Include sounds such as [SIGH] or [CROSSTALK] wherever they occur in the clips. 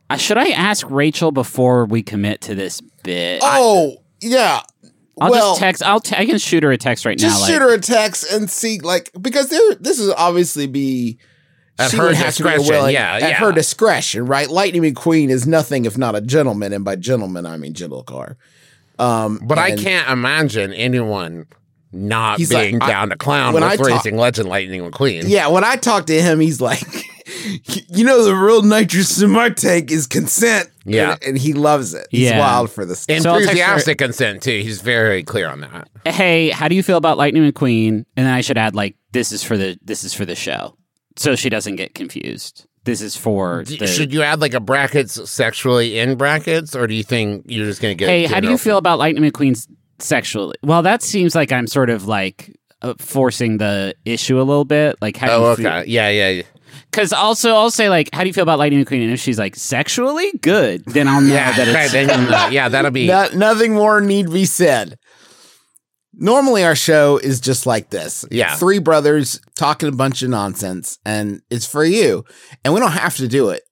Uh, Should I ask Rachel before we commit to this bit? Oh yeah. I'll well, just text. I'll. T- I can shoot her a text right just now. shoot her a text and see, like, because there. This is obviously be. At she her would have to be discretion, willing- yeah, at yeah. her discretion, right? Lightning McQueen is nothing if not a gentleman, and by gentleman I mean gentle car. Um, But I and- can't imagine anyone not He's being like, I- down to clown when with I talk- racing legend Lightning McQueen. Yeah, when I talk to him, he's like, [LAUGHS] you know, the real nitrous in my tank is consent. Yeah. And, and he loves it. He's Yeah. wild for this. stuff. So I'll text her- Enthusiastic consent too. He's very clear on that. hey, how do you feel about Lightning McQueen? And then I should add like this is for the this is for the show, so she doesn't get confused. This is for D- the, Should you add like a brackets sexually in brackets, or do you think you're just gonna get? hey, how do general- you feel about Lightning McQueen s- sexually? Well, that seems like I'm sort of like uh, forcing the issue a little bit. Like how Oh, do you okay. Yeah, yeah, yeah. Because also I'll say like how do you feel about Lightning McQueen? And if she's like sexually good, [LAUGHS] then I'll know Yeah, that right, it's then [LAUGHS] you'll know. yeah, that'll be. No- nothing more need be said. Normally, our show is just like this. Yeah. Three brothers talking a bunch of nonsense, and it's for you. And we don't have to do it.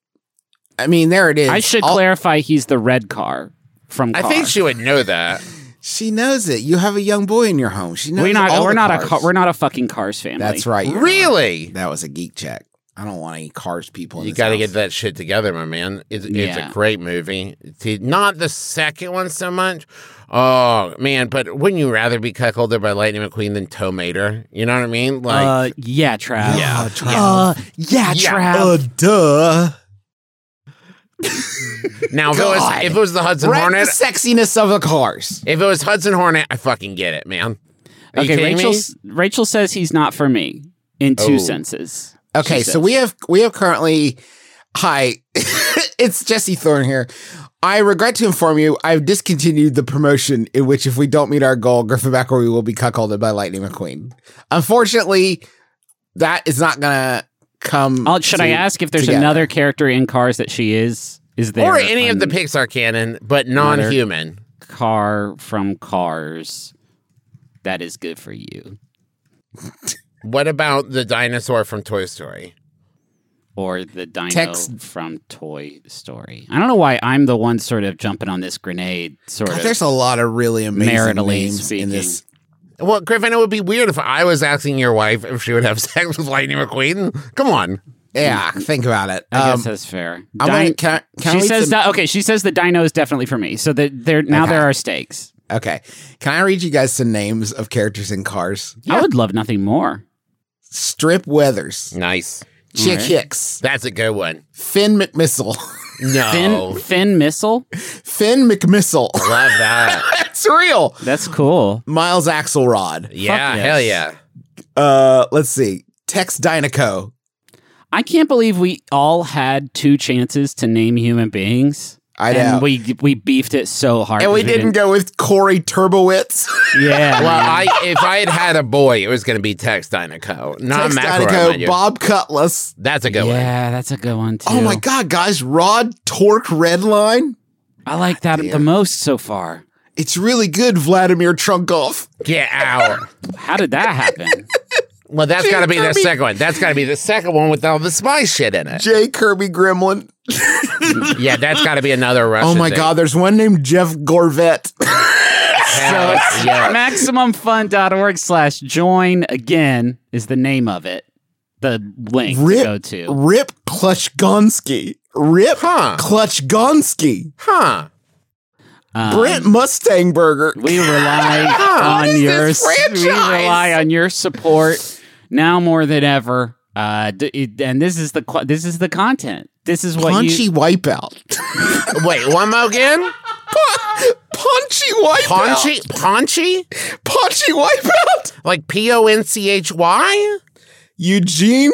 I mean, there it is. I should All- clarify he's the red car from I Car. think she would know that. She knows it. You have a young boy in your home. She knows. we're not all we're the not a cars. car, we're not a fucking Cars family. That's right. you're not. Really? That was a geek check. I don't want any cars people. In You this got to house. get that shit together, my man. It's, it's Yeah. a great movie. See, Not the second one so much. Oh man, but wouldn't you rather be cuckolded by Lightning McQueen than Tomater? You know what I mean? Like, Uh, yeah, Trav. Yeah, Trav. Uh, yeah, Yeah. Trav. Uh, duh. now if it, was, God. if it was the Hudson Wreck Hornet, the sexiness of the cars. if it was Hudson Hornet, I fucking get it, man. Are you okay, kidding Rachel. me? s- Rachel says he's not for me in two Oh. senses. Okay, She so says. we have we have currently. Hi, [LAUGHS] it's Jesse Thorne here. I regret to inform you, I've discontinued the promotion in which if we don't meet our goal, Griffin McElroy will be cuckolded by Lightning McQueen. Unfortunately, that is not gonna come. I'll, Uh, should I to- ask if there's together. another character in Cars that she is? Is there or any of the an Pixar canon, but non-human. car from Cars that is good for you, What about the dinosaur from Toy Story? or the dino Text- from Toy Story? I don't know why I'm the one sort of jumping on this grenade. Sort God, of. there's a lot of really amazing Maritally names in this. Well, Griffin, it would be weird if I was asking your wife if she would have [LAUGHS] sex with Lightning McQueen. Come on. Yeah, think about it. I Um, guess that's fair. I'm gonna- Din- can I- can I she read says some- that okay. She says the dino is definitely for me. So that there now there are stakes. okay, can I read you guys some names of characters in Cars? I would love nothing more. Strip Weathers, Nice. Chick Alright. Hicks, That's a good one. Finn McMissile. [LAUGHS] No. Thin thin missile. Finn McMissile. Love that. That's real. That's cool. Miles Axelrod. yeah, yes. hell yeah. Uh, let's see. Tex Dynaco. I can't believe we all had two chances to name human beings. I and know. we we beefed it so hard. and we 'cause didn't go with Corey Turbowitz. [LAUGHS] [LAUGHS] Yeah. Well, man. I if I had had a boy, it was going to be Tex Dynaco, not Tex McElroy. mind Dynaco. you. Bob Cutlass. That's a good one. yeah, that's a good one too. Oh my God, guys. Rod Torque Redline. I like that the most so far. It's really good, Vladimir Trunkov. Get out. How did [LAUGHS] that happen? Well, that's got to be the Kirby. second one. That's got to be the second one with all the spy shit in it. J. Kirby Gremlin. Yeah, that's got to be another Russian. Oh my thing. God, there's one named Jeff Gorvette. Hell yeah. MaximumFun.org slash join again is the name of it. The link to Rip, go to. Rip Klutchgonsky. Rip Huh. Klutchgonsky. Huh. Um, Brent Mustangburger. [LAUGHS] We rely What on is your this we franchise? rely on your support now more than ever. Uh, d- it- and this is the qu- this is the content. This is what Punchy you Wipeout. [LAUGHS] Wait, one more again? Punchy Wipeout. Paunchy? Paunchy? Punchy Wipeout. Like P O N C H Y? Eugene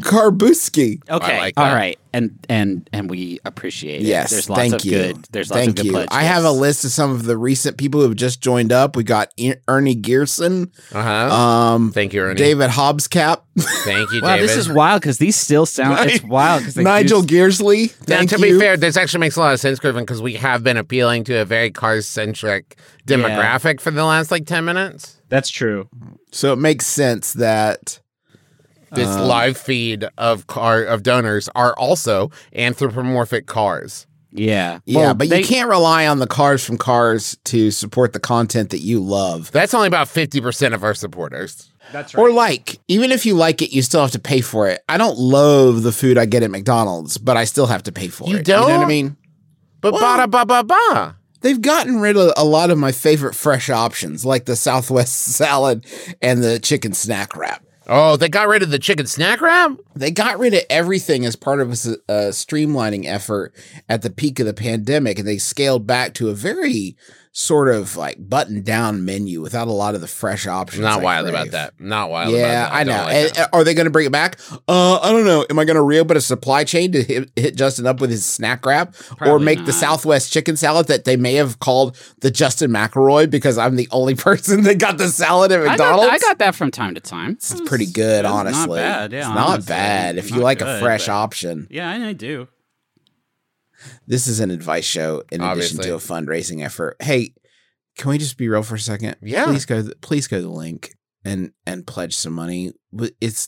Karbuski. okay. I like all that. right, and and and we appreciate it. Yes, there's lots thank of you. good. There's lots thank of good. you. pledge I have a list lists. of some of the recent people who have just joined up. We got E- Ernie Gearson, Uh huh. um, Thank you, Ernie. David [LAUGHS] Hobbscap, Thank you, Wow, David. this is wild because these still sound. It's wild because Nigel Gearsley. Now, Thank to you. be fair, this actually makes a lot of sense, Griffin, because we have been appealing to a very car centric demographic for the last like 10 minutes. That's true. so it makes sense that This Uh-huh. live feed of car of donors are also anthropomorphic cars. Yeah. yeah, Well, but they- you can't rely on the cars from cars to support the content that you love. That's only about 50% of our supporters. Or like, even if you like it, you still have to pay for it. I don't loathe the food I get at McDonald's, but I still have to pay for You it. You know what I don't? mean? But Well- ba da ba ba ba. They've gotten rid of a lot of my favorite fresh options, like the Southwest [LAUGHS] salad and the chicken snack wrap. Oh, they got rid of the chicken snack wrap? They got rid of everything as part of a, s- a streamlining effort at the peak of the pandemic, and they scaled back to a very sort of like button down menu without a lot of the fresh options. Not I wild about crave. that. Not wild Yeah, about that. I know. Eh, Don't like And- uh, that. are they going to bring it back? Uh, I don't know. Am I going to reopen a supply chain to hit, hit Justin up with his snack wrap, or Probably make the not. Southwest chicken salad that they may have called the Justin McElroy because I'm the only [LAUGHS] person that got the salad at I got, McDonald's? I got that from time to time. it's pretty good, It's not honestly. bad, yeah, it's not honestly. bad if you Not like a good, fresh but- option. Yeah, I, I do. This is an advice show in Obviously. addition to a fundraising effort. Hey, can we just be real for a second? Yeah. Please go. To the, please go to the link and and pledge some money. But It's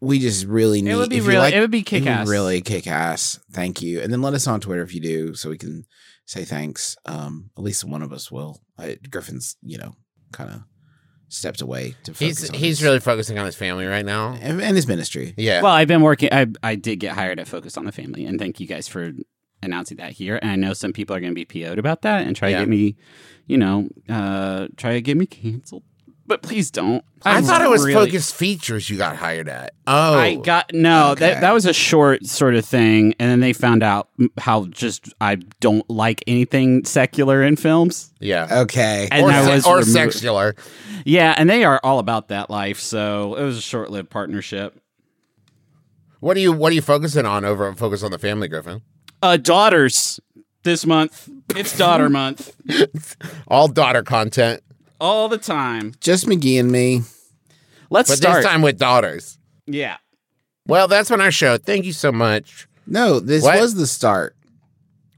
we just really need. It would be if you really- like- it would be it would kick-ass. Really kick ass. Thank you, and then let us know on Twitter if you do, so we can say thanks. Um, at least one of us will. I, Griffin's, you know, kind of stepped away to focus He's on he's his- really focusing on his family right now. and, and his ministry. Yeah. Well, I've been working. I I did get hired at Focus on the Family, and thank you guys for announcing that here. And I know some people are going to be PO'd about that and try Yeah. to get me, you know, uh, try to get me canceled. But please don't. I I'm thought it was really- Focus Features you got hired at. Oh, I got no. Okay. That that was a short sort of thing, and then they found out m- how just I don't like anything secular in films. yeah. Okay. And or I se- was or removed. sexular. Yeah, and they are all about that life. So it was a short-lived partnership. What are you What are you focusing on over at Focus on the Family, Griffin? Uh, daughters this month. [LAUGHS] It's daughter month All daughter content, all the time. Just McGee and me. Let's but start. this time with daughters. yeah. Well, that's on our show. Thank you so much. No, this What? was the start.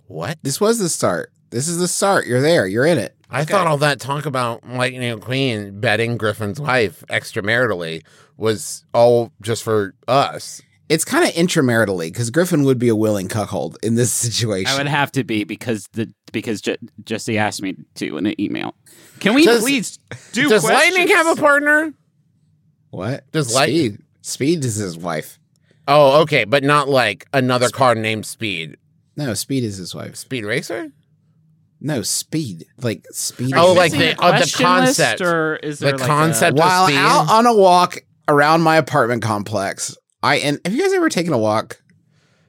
What? This was the start. This is the start. You're there. You're in it. I thought all that talk about Lightning Queen betting Griffin's life extramaritally was all just for us. It's kind of intramaritally because Griffin would be a willing cuckold in this situation. I would have to be because the because Je- Jesse asked me to in the email. Can we Does- please do Does questions? Lightning have a partner? [LAUGHS] what? Does light- Speed. Speed is his wife. Oh, okay, but not like another car named Speed. No, Speed is his wife. Speed Racer? No, Speed. Like Speed. Oh, is like his the- name. of the Question list, concept. or is The there like concept A, While Speed? out on a walk around my apartment complex, I and have you guys ever taken a walk?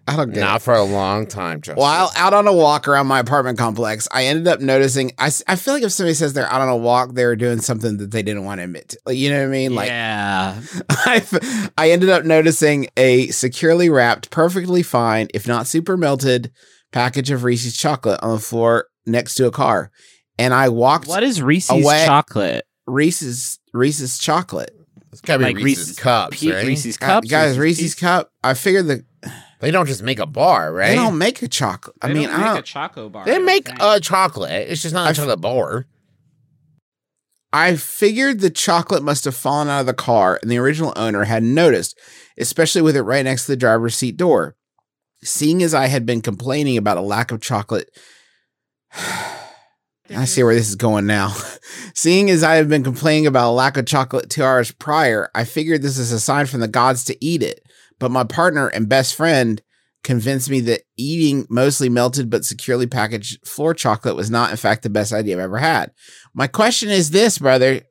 I don't get it. Not for a long time, Justin. While out on a walk around my apartment complex, I ended up noticing. I, s- I feel like if somebody says they're out on a walk, they're doing something that they didn't want to admit. To. Like, you know what I mean? Like, yeah, [LAUGHS] I f- I ended up noticing a securely wrapped, perfectly fine, if not super melted, package of Reese's chocolate on the floor next to a car, and I walked what is Reese's Away- chocolate? Reese's Reese's chocolate. It's gotta be like Reese's, Reese's Cups, Pe- right? Reese's Uh, cups, guys, Reese's Pieces? cup. I figured the They don't just make a bar, right? they don't make a chocolate. I They mean, don't I make a don't. choco bar. They I make uh, think. a chocolate. It's just not a I've- chocolate bar. I figured the chocolate must have fallen out of the car and the original owner hadn't noticed, especially with it right next to the driver's seat door. Seeing as I had been complaining about a lack of chocolate, [SIGHS] I see where this is going now. [LAUGHS] Seeing as I have been complaining about a lack of chocolate two hours prior, I figured this is a sign from the gods to eat it. But my partner and best friend convinced me that eating mostly melted but securely packaged floor chocolate was not, in fact, the best idea I've ever had. My question is this, brother.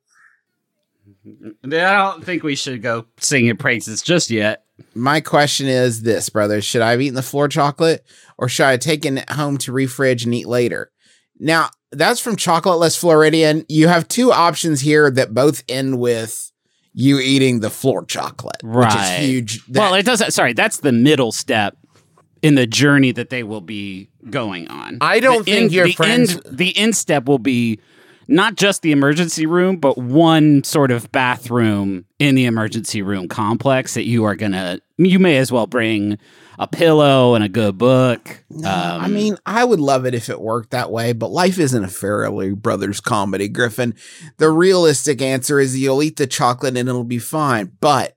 I don't think we should go singing praises just yet. My question is this, brother. Should I have eaten the floor chocolate or should I have taken it home to refridge and eat later? Now, that's from Chocolateless Floridian. You have two options here that both end with you eating the floor chocolate, which Right. is huge. That- well, it doesn't. Sorry, that's the middle step in the journey that they will be going on. I don't The think your the friends- End, the end step will be not just the emergency room, but one sort of bathroom in the emergency room complex that you are gonna. You may as well bring a pillow and a good book. um, I mean, I would love it if it worked that way, but life isn't a Farrelly Brothers comedy, Griffin. The realistic answer is you'll eat the chocolate and it'll be fine. But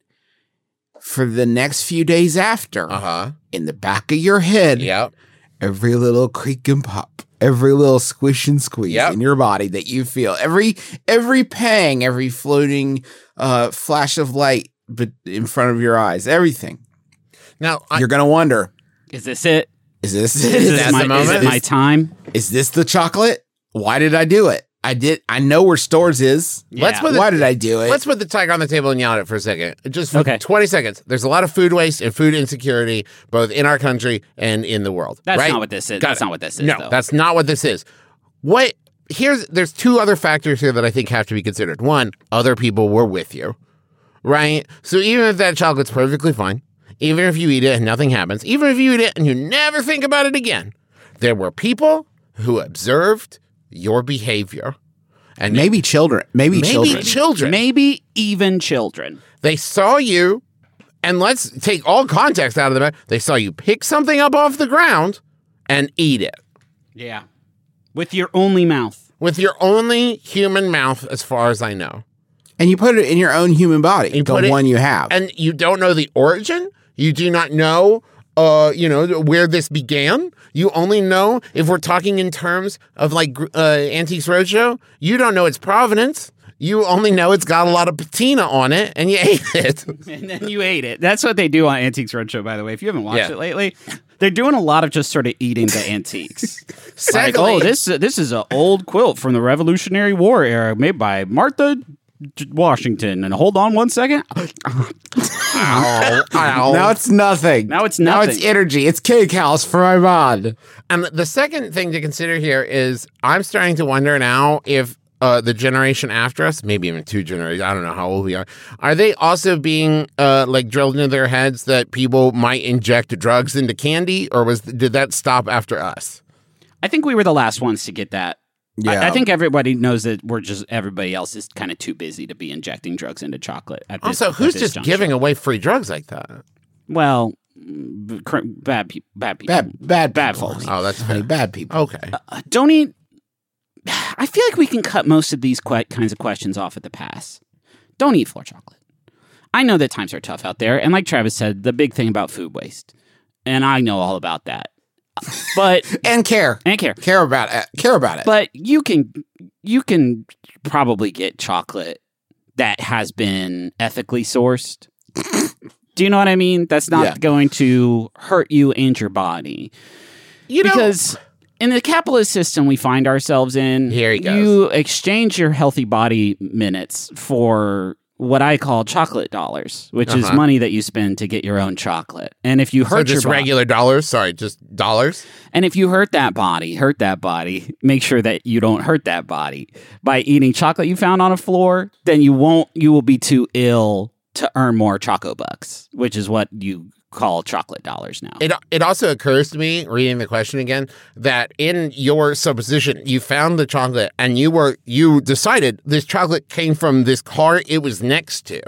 for the next few days Uh-huh. after, Uh huh. in the back of your head, Yep. every little creak and pop, every little squish and squeeze Yep. in your body that you feel, every every pang, every floating uh, flash of light but in front of your eyes, everything. Now, I, You're gonna wonder, is [LAUGHS] this it? is this [LAUGHS] Is this That's my, the is it moment? my time? is this the chocolate? Why did I do it? I did. I know where stores is. Let's Yeah. put the- Why did I do it? let's put the tiger on the table and yawn it for a second. Just for Okay. 20 seconds. There's a lot of food waste and food insecurity, both in our country and in the world. That's right? not what this is. Got that's it. not what this is. No, though. that's not what this is. What here's there's two other factors here that I think have to be considered. One, other people were with you, right? So even if that chocolate's perfectly fine, even if you eat it and nothing happens, even if you eat it and you never think about it again, there were people who observed your behavior. And maybe children. Maybe, maybe children. children. maybe even children. They saw you, and let's take all context out of the matter. They saw you pick something up off the ground and eat it. Yeah, with your only mouth. with your only human mouth, as far as I know. And you put it in your own human body, You the put it- one you have. and you don't know the origin. You do not know, uh, you know, where this began. You only know if we're talking in terms of like gr- uh, Antiques Roadshow. You don't know its provenance. You only know it's got a lot of patina on it, and you [LAUGHS] ate it. and then [LAUGHS] you ate it. That's what they do on Antiques Roadshow, by the way. If you haven't watched Yeah. it lately, they're doing a lot of just sort of eating the [LAUGHS] antiques. like, Secondly- oh, this this is an old quilt from the Revolutionary War era, made by Martha J- Washington. And hold on one second. Ow, ow. now it's nothing. Now it's Now it's nothing. energy. It's cake house for my mod. And the second thing to consider here is I'm starting to wonder now if uh, the generation after us, maybe even two generations, I don't know how old we are, are they also being uh, like drilled into their heads that people might inject drugs into candy, or was did that stop after us? I think we were the last ones to get that. I- I, Yeah. think everybody knows that we're just everybody else is kind of too busy to be injecting drugs into chocolate. At this, Also, at who's this just juncture. giving away free drugs like that? Well, mm, cr- bad people, bad people. Bad, bad, Bad people. folks. Oh, that's Honey, bad people. okay. Uh, don't eat. I feel like we can cut most of these que- kinds of questions off at the pass. Don't eat floor chocolate. I know that times are tough out there, and like Travis said, the big thing about food waste, and I know all about that. But And care. and care, Care about it. Care about it. but you can you can probably get chocolate that has been [LAUGHS] ethically sourced. Do you know what I mean? That's not Yeah. going to hurt you and your body You know, because in the capitalist system we find ourselves in, Here he goes. you exchange your healthy body minutes for what I call chocolate dollars, which is Uh-huh. money that you spend to get your own chocolate. And if you so hurt just your body, regular dollars. Sorry, just dollars. and if you hurt that body, hurt that body, make sure that you don't hurt that body by eating chocolate you found on a floor, then you won't you will be too ill to earn more choco bucks, which is what you call chocolate dollars now. It it also occurs to me, reading the question again, that in your supposition, you found the chocolate and you were you decided this chocolate came from this car it was next to.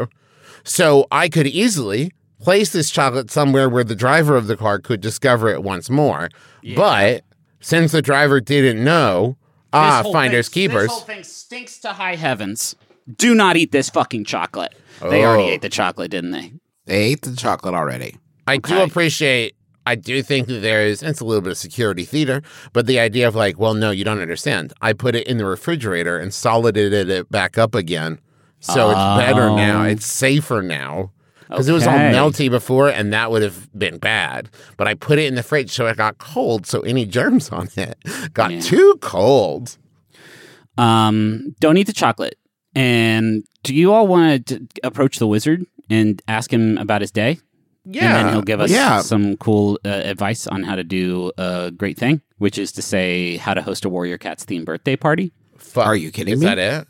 So I could easily place this chocolate somewhere where the driver of the car could discover it once more. But since the driver didn't know, ah, finders keepers. This whole thing stinks to high heavens. Do not eat this fucking chocolate. They already Oh. ate the chocolate, didn't they? they ate the chocolate already. I do Okay. appreciate. I do think that there is. It's a little bit of security theater, but the idea of like, well, no, you don't understand. I put it in the refrigerator and solidated it back up again, so it's better now. Oh. It's safer now because it was all Okay. melty before, and that would have been bad. But I put it in the fridge so it got cold, so any germs on it got Yeah. too cold. Um, don't eat the chocolate. And do you all want to approach the wizard and ask him about his day? Yeah, And then he'll give us Yeah. some cool uh, advice on how to do a great thing, which is to say, how to host a Warrior Cats themed birthday party. Fuck. Are you kidding Is me? that it?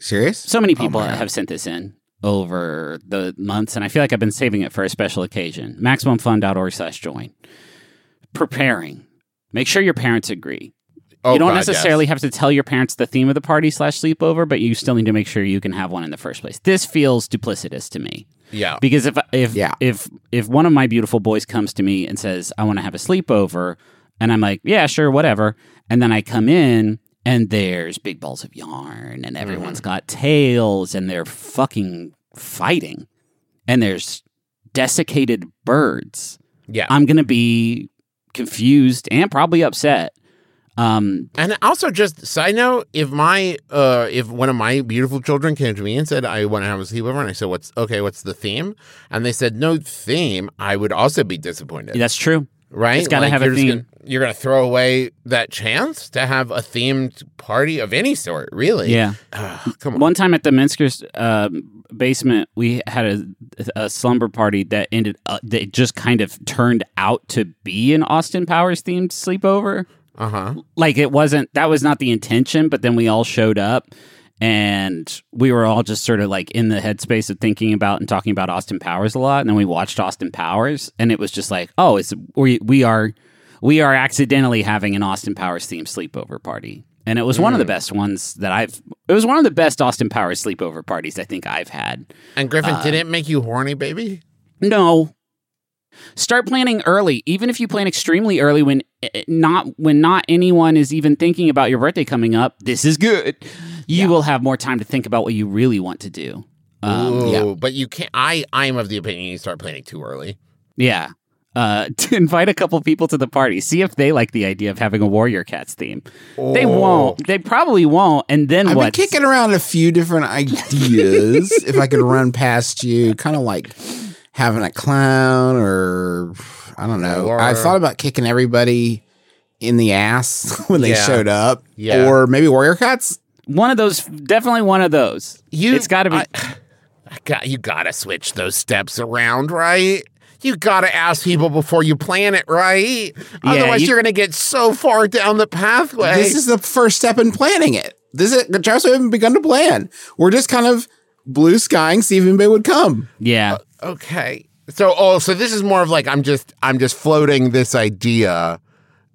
Serious? So many people have sent this in over the months, and I feel like I've been saving it for a special occasion. MaximumFun.org slash join. Preparing. Make sure your parents agree. Oh, you don't God, yes. necessarily have to tell your parents the theme of the party slash sleepover, but you still need to make sure you can have one in the first place. This feels duplicitous to me. Oh. Yeah. Because if if Yeah. if if one of my beautiful boys comes to me and says, "I want to have a sleepover," and I'm like, "Yeah, sure, whatever," and then I come in and there's big balls of yarn and everyone's Mm-hmm. got tails and they're fucking fighting and there's desiccated birds. Yeah. I'm gonna be confused and probably upset. Um, And also, just side note: if my uh, if one of my beautiful children came to me and said, "I want to have a sleepover," and I said, "What's okay? What's the theme?" and they said, "No theme," I would also be disappointed, that's true. right? it's gotta have a you're just theme. Gonna, you're gonna throw away that chance to have a themed party of any sort, really? Yeah. Ugh, [SIGHS] come on. One time at the Minskers uh, basement, we had a, a slumber party that ended uh, that just kind of turned out to be an Austin Powers themed sleepover. Uh huh. Like it wasn't that was not the intention, but then we all showed up and we were all just sort of like in the headspace of thinking about and talking about Austin Powers a lot. And then we watched Austin Powers, and it was just like, oh, it's we we are we are accidentally having an Austin Powers themed sleepover party. And it was one of the best ones that I've. It was one of the best Austin Powers sleepover parties I think I've had. And Griffin, Uh, did it make you horny, baby? No. Start planning early, even if you plan extremely early eh, when eh, not when not anyone is even thinking about your birthday coming up. This is good. you will have more time to think about what you really want to do. Um, Ooh, yeah. but you can't. I I am of the opinion you start planning too early. yeah. Uh, [LAUGHS] to invite a couple people to the party, see if they like the idea of having a warrior cats theme. They Oh. won't. They probably won't. And then I've what? been kicking around a few different ideas. [LAUGHS] if I could run past you, kind of like having a clown, or I don't know. I Or- thought about kicking everybody in the ass [LAUGHS] when they Yeah. showed up, Yeah. or maybe warrior cats. one of those, definitely one of those. You- it's got to be. I- I got you. Got to switch those steps around, right? You got to ask people before you plan it, right? Otherwise, you- you, are going to get so far down the pathway. This is the first step in planning it. This is Travis. We haven't begun to plan. We're just kind of blue skying. See if anybody would come. yeah. okay. So, oh, so this is more of like I'm just I'm just floating this idea.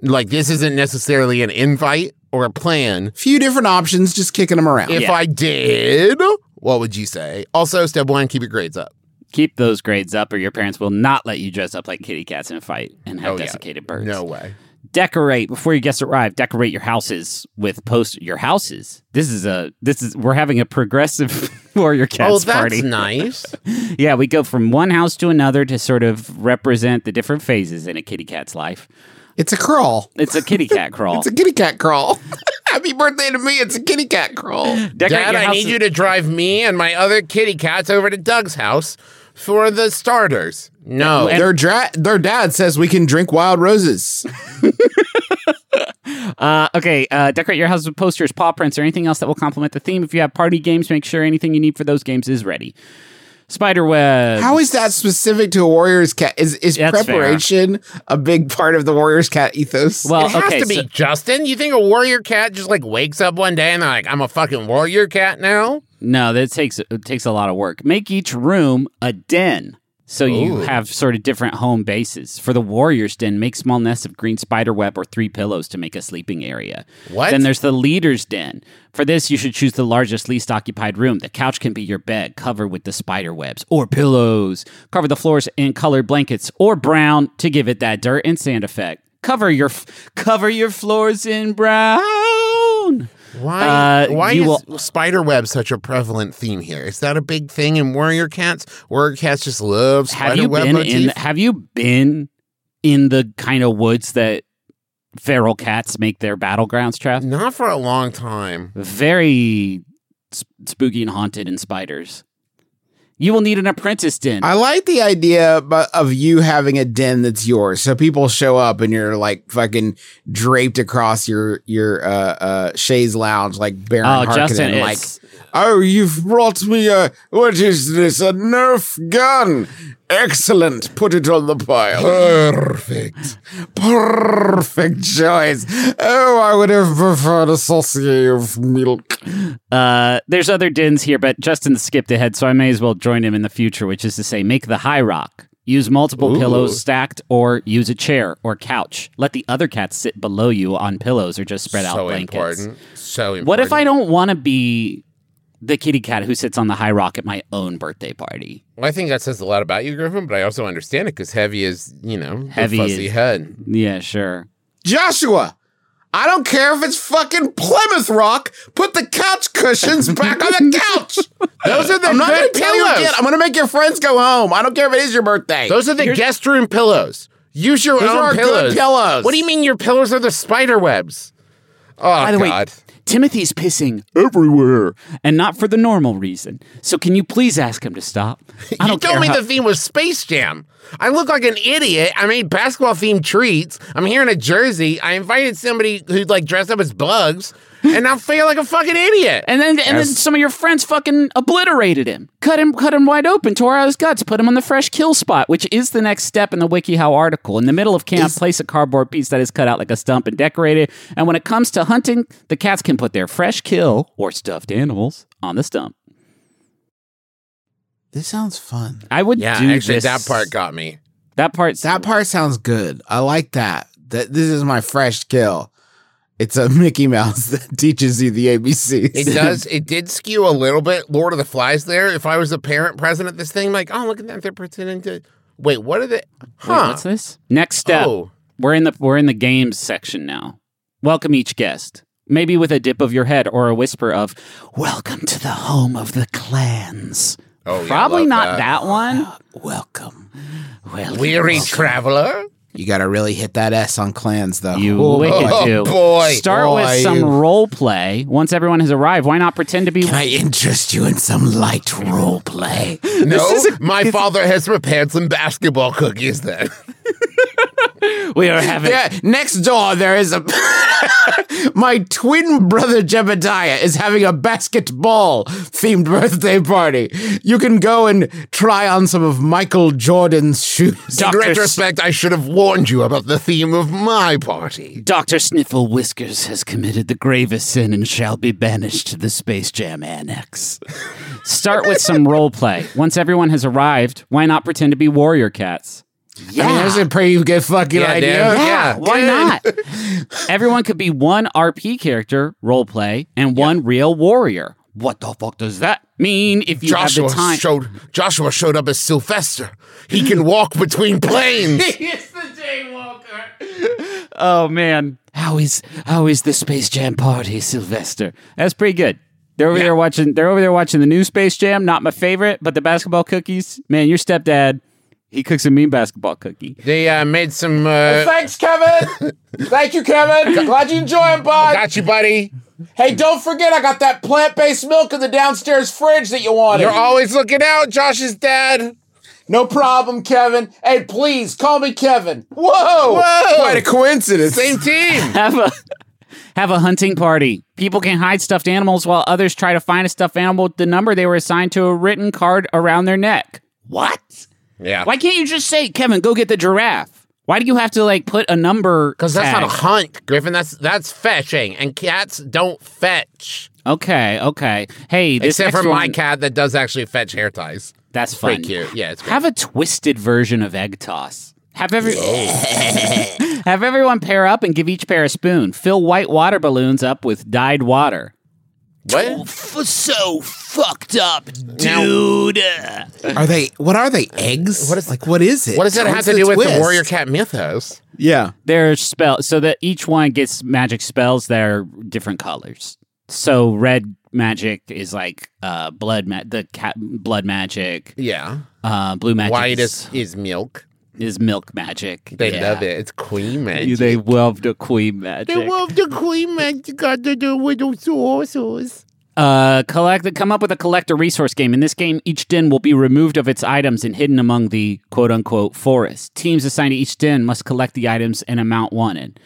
Like this isn't necessarily an invite or a plan. Few different options, just kicking them around. If Yeah. I did, what would you say? Also, step one, keep your grades up. keep those grades up or your parents will not let you dress up like kitty cats in a fight and have Oh, yeah. desiccated birds. No way. Decorate before your guests arrive, decorate your houses with post your houses. This is a this is we're having a progressive [LAUGHS] warrior cats oh, that's party. [LAUGHS] nice. Yeah, we go from one house to another to sort of represent the different phases in a kitty cat's life. It's a crawl. It's a kitty [LAUGHS] cat crawl. It's a kitty cat crawl. [LAUGHS] Happy birthday to me. It's a kitty cat crawl. Decorate Dad, your I houses- need you to drive me and my other kitty cats over to Doug's house for the starters. No. their dra- their dad says we can drink wild roses. Uh, okay, uh, decorate your house with posters, paw prints, or anything else that will complement the theme. If you have party games, make sure anything you need for those games is ready. Spider web. How is that specific to a warrior's cat? Is is That's fair. preparation a big part of the warrior's cat ethos? Well, it has okay, to be, so- Justin. You think a warrior cat just like wakes up one day and they're like, I'm a fucking warrior cat now? No, that takes it takes a lot of work. Make each room a den. So you have sort of different home bases. For the warrior's den, make small nests of green spider web or three pillows to make a sleeping area. What? Then there's the leader's den. For this, you should choose the largest, least occupied room. The couch can be your bed, covered with the spider webs or pillows. Cover the floors in colored blankets or brown to give it that dirt and sand effect. Cover your f- cover your floors in brown. Why, Uh, why you is will- spider web such a prevalent theme here? Is that a big thing in warrior cats? Warrior cats just love have spider you web been in motif? have you been in the kind of woods that feral cats make their battlegrounds Trav? Not for a long time. very sp- spooky and haunted and spiders you will need an apprentice den I like the idea bu- of you having a den that's yours. So people show up and you're like fucking draped across your your uh, uh, chaise lounge, like Baron oh Harkonnen. justin like, it's, oh, you've brought me a what is this? A Nerf gun? Excellent. Put it on the pile. Perfect. Perfect choice. Oh, I would have preferred a saucier of milk. uh there's other dens here but justin skipped ahead so i may as well join him in the future which is to say make the high rock use multiple pillows stacked or use a chair or couch let the other cats sit below you on pillows or just spread out So blankets important. So important. What if I don't want to be the kitty cat who sits on the high rock at my own birthday party? Well, I think that says a lot about you, Griffin, but I also understand it because heavy is, you know, the Heavy fuzzy is- head. Yeah, sure. Joshua, I don't care if it's fucking Plymouth Rock. Put the couch cushions back on [LAUGHS] the couch. Those are the I'm not going good to tell you pillows. again. I'm going to make your friends go home. I don't care if it is your birthday. Those are the guest room pillows. Use your Those own are our good pillows. pillows. What do you mean your pillows are the spider webs? Oh the way- God! Timothy's pissing everywhere, and not for the normal reason. So can you please ask him to stop? I you don't care told me how- the theme was Space Jam. I look like an idiot. I made basketball themed treats. I'm here in a jersey. I invited somebody who like dressed up as bugs, and I feel like a fucking idiot. and then, and then some of your friends fucking obliterated him, cut him, cut him wide open, tore out his guts, put him on the fresh kill spot, which is the next step in the WikiHow article. In the middle of camp, place a cardboard piece that is cut out like a stump and decorated. And when it comes to hunting, the cats can put their fresh kill or stuffed animals on the stump. this sounds fun. I would yeah, do actually, this. that part got me. that part. That part sounds good. I like that. That this is my fresh kill. It's a Mickey Mouse [LAUGHS] that teaches you the ABCs. It does. It did skew a little bit Lord of the Flies there. If I was a parent present at this thing, like, oh, look at that. They're pretending to. Wait, what are they? Wait, Huh. what's this? Next step. Oh. We're in the we're in the games section now. Welcome each guest. Maybe with a dip of your head or a whisper of, Welcome to the home of the clans. Oh, yeah, Probably love not that. that, one. [LAUGHS] Welcome. Well, Weary traveler. You got to really hit that S on clans, though. You Ooh. wicked oh, dude. boy. Start Boy. with some role play. Once everyone has arrived, why not pretend to be. Can I interest you in some light role play? No, my father has prepared some basketball cookies then. We are having. Yeah, next door there is a. [LAUGHS] My twin brother Jebediah is having a basketball themed birthday party. You can go and try on some of Michael Jordan's shoes. In Doctor S- retrospect, I should have warned you about the theme of my party. Dr. Sniffle Whiskers has committed the gravest sin and shall be banished to the Space Jam Annex. Start with some role play. Once everyone has arrived, why not pretend to be warrior cats? Yeah. I mean, that's a pretty good fucking Yeah, idea. dude. Yeah, Yeah, [LAUGHS] why not? Everyone could be one RP character role play and one real warrior. What the fuck does that mean? If you Joshua have the time, showed Joshua showed up as Sylvester. He can walk [LAUGHS] between planes. oh man, how is how is the Space Jam party, Sylvester? That's pretty good. They're over there watching. They're over there watching the new Space Jam. Not my favorite, but the basketball cookies. Man, your stepdad, he cooks a mean basketball cookie. they uh, made some. Uh, Thanks, Kevin. Thank you, Kevin. Glad you enjoyed it, bud. got you, buddy. Hey, don't forget I got that plant-based milk in the downstairs fridge that you wanted. You're always looking out, Josh's dad. no problem, Kevin. Hey, please call me Kevin. Whoa! Whoa! Quite a coincidence. Same team. Have a have a hunting party. People can hide stuffed animals while others try to find a stuffed animal with the number they were assigned to a written card around their neck. What? [LAUGHS] Yeah. Why can't you just say, Kevin, go get the giraffe? Why do you have to like put a number? Because that's not a tag? hunt, Griffin. That's that's fetching, and cats don't fetch. Okay, okay. Hey, this Except next for my one- cat that does actually fetch hair ties. That's fun. Pretty cute. Yeah, it's great. Have a twisted version of egg toss. Have every [LAUGHS] have everyone pair up and give each pair a spoon. Fill white water balloons up with dyed water. What? so fucked up, Are they? What are they? Eggs? What is like? What is it? What does that have What's to do with twist? the warrior cat mythos? Yeah. They're spell so that each one gets magic spells that are different colors. So red magic is like uh, blood ma- the cat blood magic. Yeah. Uh, blue magic White is, is, is milk. is milk magic. They Yeah. love it. It's queen magic. They love the queen magic. the queen magic got to do with those horses. Uh, collect. Come up with a collector resource game. In this game, each den will be removed of its items and hidden among the "quote unquote" forest. Teams assigned to each den must collect the items and amount wanted.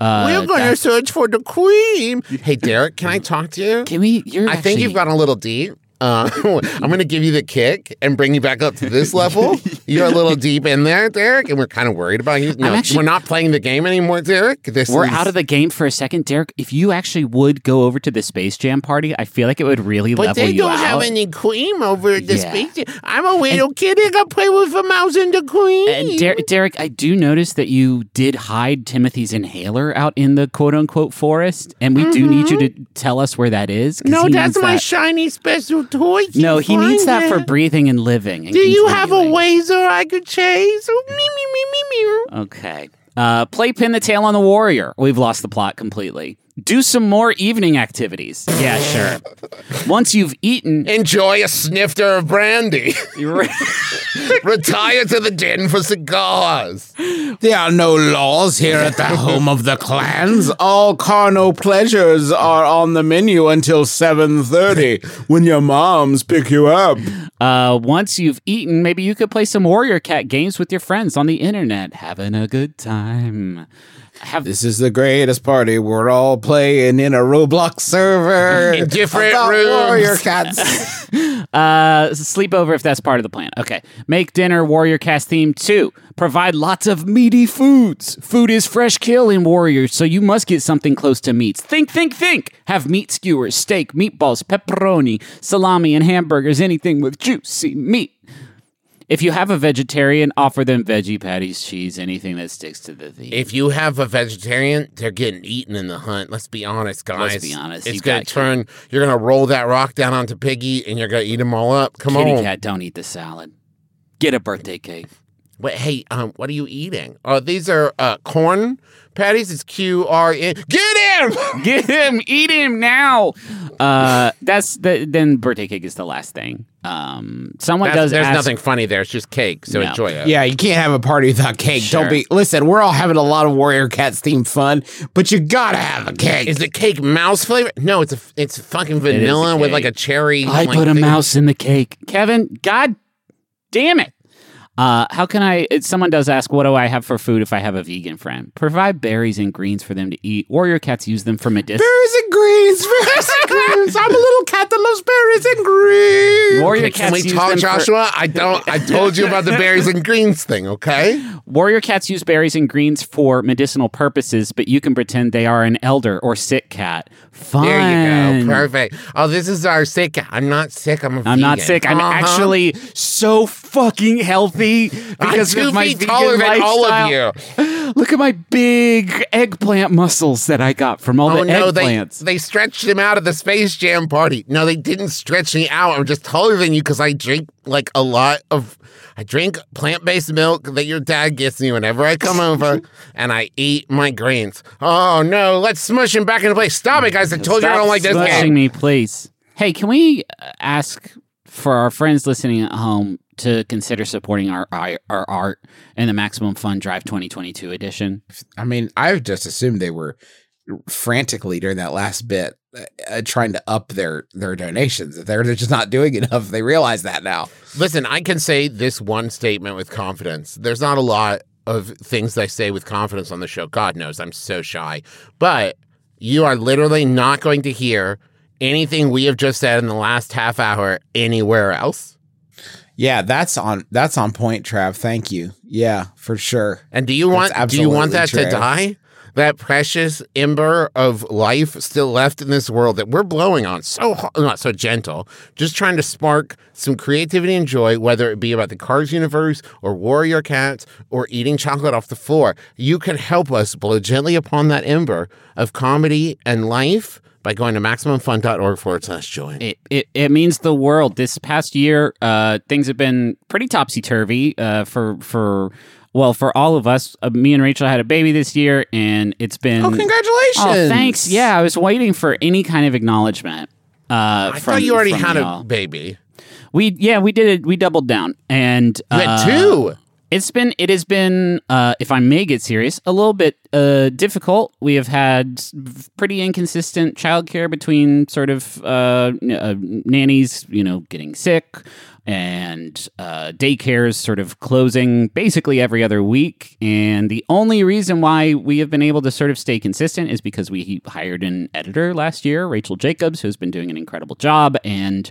Uh, We're going to that's- Mm. search for the queen. Hey, Derek, can I talk to you? Can we? You're. I think you've actually- gotten a little deep. Uh, [LAUGHS] I'm going to give you the kick and bring you back up to this [LAUGHS] level. You're a little deep in there, Derek, and we're kind of worried about you. No, actually- we're not playing the game anymore, Derek. This We're is- out of the game for a second, Derek. If you actually would go over to the Space Jam party, I feel like it would really But level they you don't out. have any queen over at the Yeah. speech. I'm a little kid. I got play with a mouse and the queen. And Uh, Der- Derek, I do notice that you did hide Timothy's inhaler out in the "quote unquote" forest, and we do need you to tell us where that is. 'cause Mm-hmm. no, he that's needs my that. shiny special toy. Keep No, he needs find that for it. breathing and living. and Do you have a continuing. wazer I could chase? Oh, me, me, me, me, me. Okay. Uh, play pin the tail on the warrior. We've lost the plot completely. Do some more evening activities. Yeah, sure. Once you've eaten, Enjoy a snifter of brandy. [LAUGHS] you're- Retire to the den for cigars. There are no laws here at the home of the clans. All carnal pleasures are on the menu until 7:30 when your moms pick you up. uh, once you've eaten, maybe you could play some warrior cat games with your friends on the internet, having a good time. Have This is the greatest party. We're all playing in a Roblox server [LAUGHS] In different about rooms. Warrior [LAUGHS] cats. Uh, sleepover if that's part of the plan. Okay. Make dinner Warrior Cast theme two. Provide lots of meaty foods. Food is fresh kill in Warriors, so you must get something close to meats. Think, think, think. Have meat skewers, steak, meatballs, pepperoni, salami, and hamburgers. Anything with juicy meat. If you have a vegetarian, offer them veggie patties, cheese, anything that sticks to the theme. If you have a vegetarian, they're getting eaten in the hunt. Let's be honest, guys. be honest, It's you going got- to turn, you're going to roll that rock down onto Piggy and you're going to eat them all up. Come Kitty on. cat, don't eat the salad. Get a birthday cake. [LAUGHS] What? Hey, um, what are you eating? Uh, these are uh, corn patties. It's Q R N. [LAUGHS] Get him! Get him, eat him now. Uh, that's the, then birthday cake is the last thing. Um, someone That's- does there's ask- nothing funny there. It's just cake. So No. enjoy it. Yeah, you can't have a party without cake. Don't Sure. be. Listen, we're all having a lot of Warrior Cats themed fun, but you gotta have a cake. Is the cake mouse flavor? No, it's a, it's fucking vanilla with cake. like a cherry. I like, put a thing. mouse in the cake. Kevin, God damn it. Uh, how can I? it- Someone does ask, what do I have for food if I have a vegan friend? Provide berries and greens for them to eat. Warrior cats use them for medicinal. berries and greens, berries [LAUGHS] and greens. I'm a little cat that loves berries and greens. Warrior Can cats we use talk, them for- Joshua? I don't. I told you [LAUGHS] about the berries and greens thing. Okay. Warrior cats use berries and greens for medicinal purposes, but you can pretend they are an elder or sick cat. Fun. There you go. Perfect. Oh, this is our sick. I'm not sick. I'm a I'm not vegan. sick. I'm Uh-huh. actually so fucking healthy because I'm two of my feet vegan taller than all of lifestyle. you. Look at my big eggplant muscles that I got from all Oh the no, they eggplants. they stretched him out of the Space Jam party. No, they didn't stretch me out. I'm just taller than you because I drink like a lot of. I drink plant based milk that your dad gets me whenever I come [LAUGHS] over, and I eat my greens. Oh no, let's smush him back into place. Stop it, guys! I told you I don't like this Stop game. smushing me, please. Hey, can we uh, ask for our friends listening at home to consider supporting our our, our art in the Maximum Fun Drive 2022 edition? I mean, I've just assumed they were frantically during that last bit uh, uh, trying to up their their donations. If they're, they're just not doing enough, they realize that now. Listen, I can say this one statement with confidence. There's not a lot of things I say with confidence on the show. God knows I'm so shy. But you are literally not going to hear anything we have just said in the last half hour anywhere else. Yeah, that's on that's on point, Trav. Thank you. Yeah, for sure. And do you That's want do you want that absolutely to true. die? That precious ember of life still left in this world that we're blowing on so ho- not so gentle, just trying to spark some creativity and joy, whether it be about the Cars universe or Warrior Cats or eating chocolate off the floor. You can help us blow gently upon that ember of comedy and life by going to maximumfun.org forward slash join. It, it it means the world. This past year, uh, things have been pretty topsy turvy uh, for for well for all of us. Uh, me and Rachel had a baby this year, and it's been Oh, congratulations! Oh, thanks. Yeah, I was waiting for any kind of acknowledgement. Uh, I from, thought you already from had a y'all. baby. We yeah, we did it. We doubled down, and You uh, had two. It's been it has been uh, if I may get serious, a little bit uh, difficult. We have had pretty inconsistent childcare between sort of uh, n- uh, nannies, you know, getting sick, and uh, daycares sort of closing basically every other week. And the only reason why we have been able to sort of stay consistent is because we hired an editor last year, Rachel Jacobs, who's been doing an incredible job, and.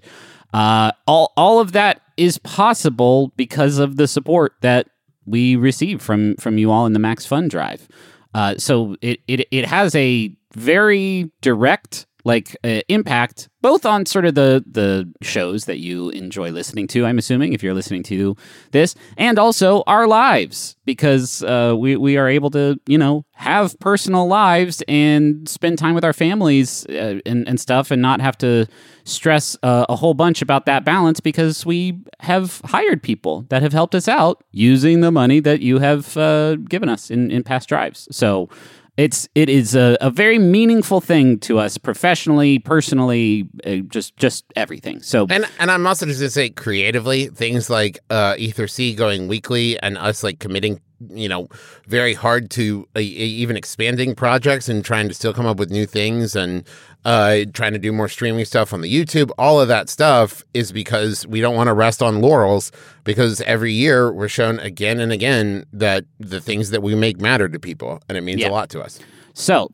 Uh, all all of that is possible because of the support that we receive from from you all in the Max Fund Drive. Uh, so it, it it has a very direct like uh, impact both on sort of the the shows that you enjoy listening to. I'm assuming if you're listening to this, and also our lives because uh, we we are able to you know have personal lives and spend time with our families uh, and and stuff, and not have to stress uh, a whole bunch about that balance because we have hired people that have helped us out using the money that you have uh, given us in, in past drives. So it's it is a, a very meaningful thing to us professionally, personally, uh, just just everything. So And and I'm also just gonna say creatively things like uh, Ether C going weekly and us like committing, you know, very hard to uh, e- even expanding projects and trying to still come up with new things and uh, trying to do more streaming stuff on the YouTube. All of that stuff is because we don't want to rest on laurels because every year we're shown again and again that the things that we make matter to people and it means Yeah. a lot to us. So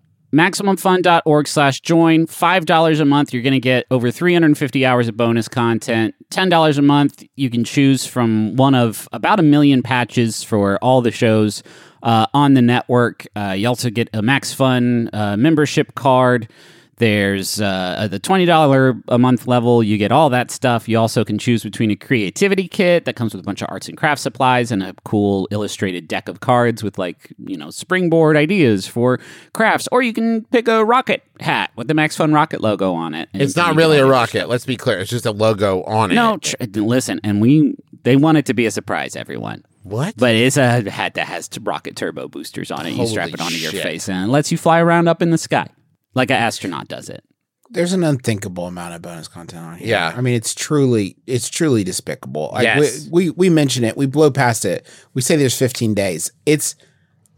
MaximumFun.org slash join. $5 a month, you're going to get over 350 hours of bonus content. $10 a month, you can choose from one of about a million patches for all the shows uh, on the network. Uh, you also get a Max Fun uh, membership card. There's uh, at the twenty dollar a month level. You get all that stuff. You also can choose between a creativity kit that comes with a bunch of arts and craft supplies and a cool illustrated deck of cards with like you know springboard ideas for crafts, or you can pick a rocket hat with the Max Fun Rocket logo on it. And- It's and not you really can- a rocket. Let's [LAUGHS] be clear. It's just a logo on it. No, tr- listen, and we they want it to be a surprise, everyone. What? But it's a hat that has t- rocket turbo boosters on it. you strap Holy it onto your shit. face and it lets you fly around up in the sky like an astronaut does it. There's an unthinkable amount of bonus content on here. Yeah. I mean, it's truly, it's truly despicable. Like Yes. we, we we mention it, we blow past it. We say there's 15 days. It's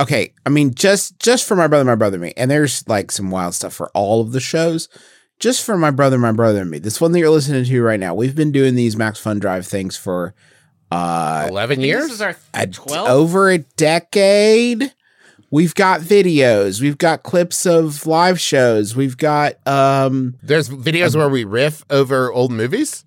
okay. I mean, just just for my brother, my brother, and me, and there's like some wild stuff for all of the shows. Just for my brother, my brother, and me. This one that you're listening to right now. We've been doing these Max Fun Drive things for uh 11 This years? is our a, 12? over a decade. We've got videos. We've got clips of live shows. We've got um There's videos where we riff over old movies?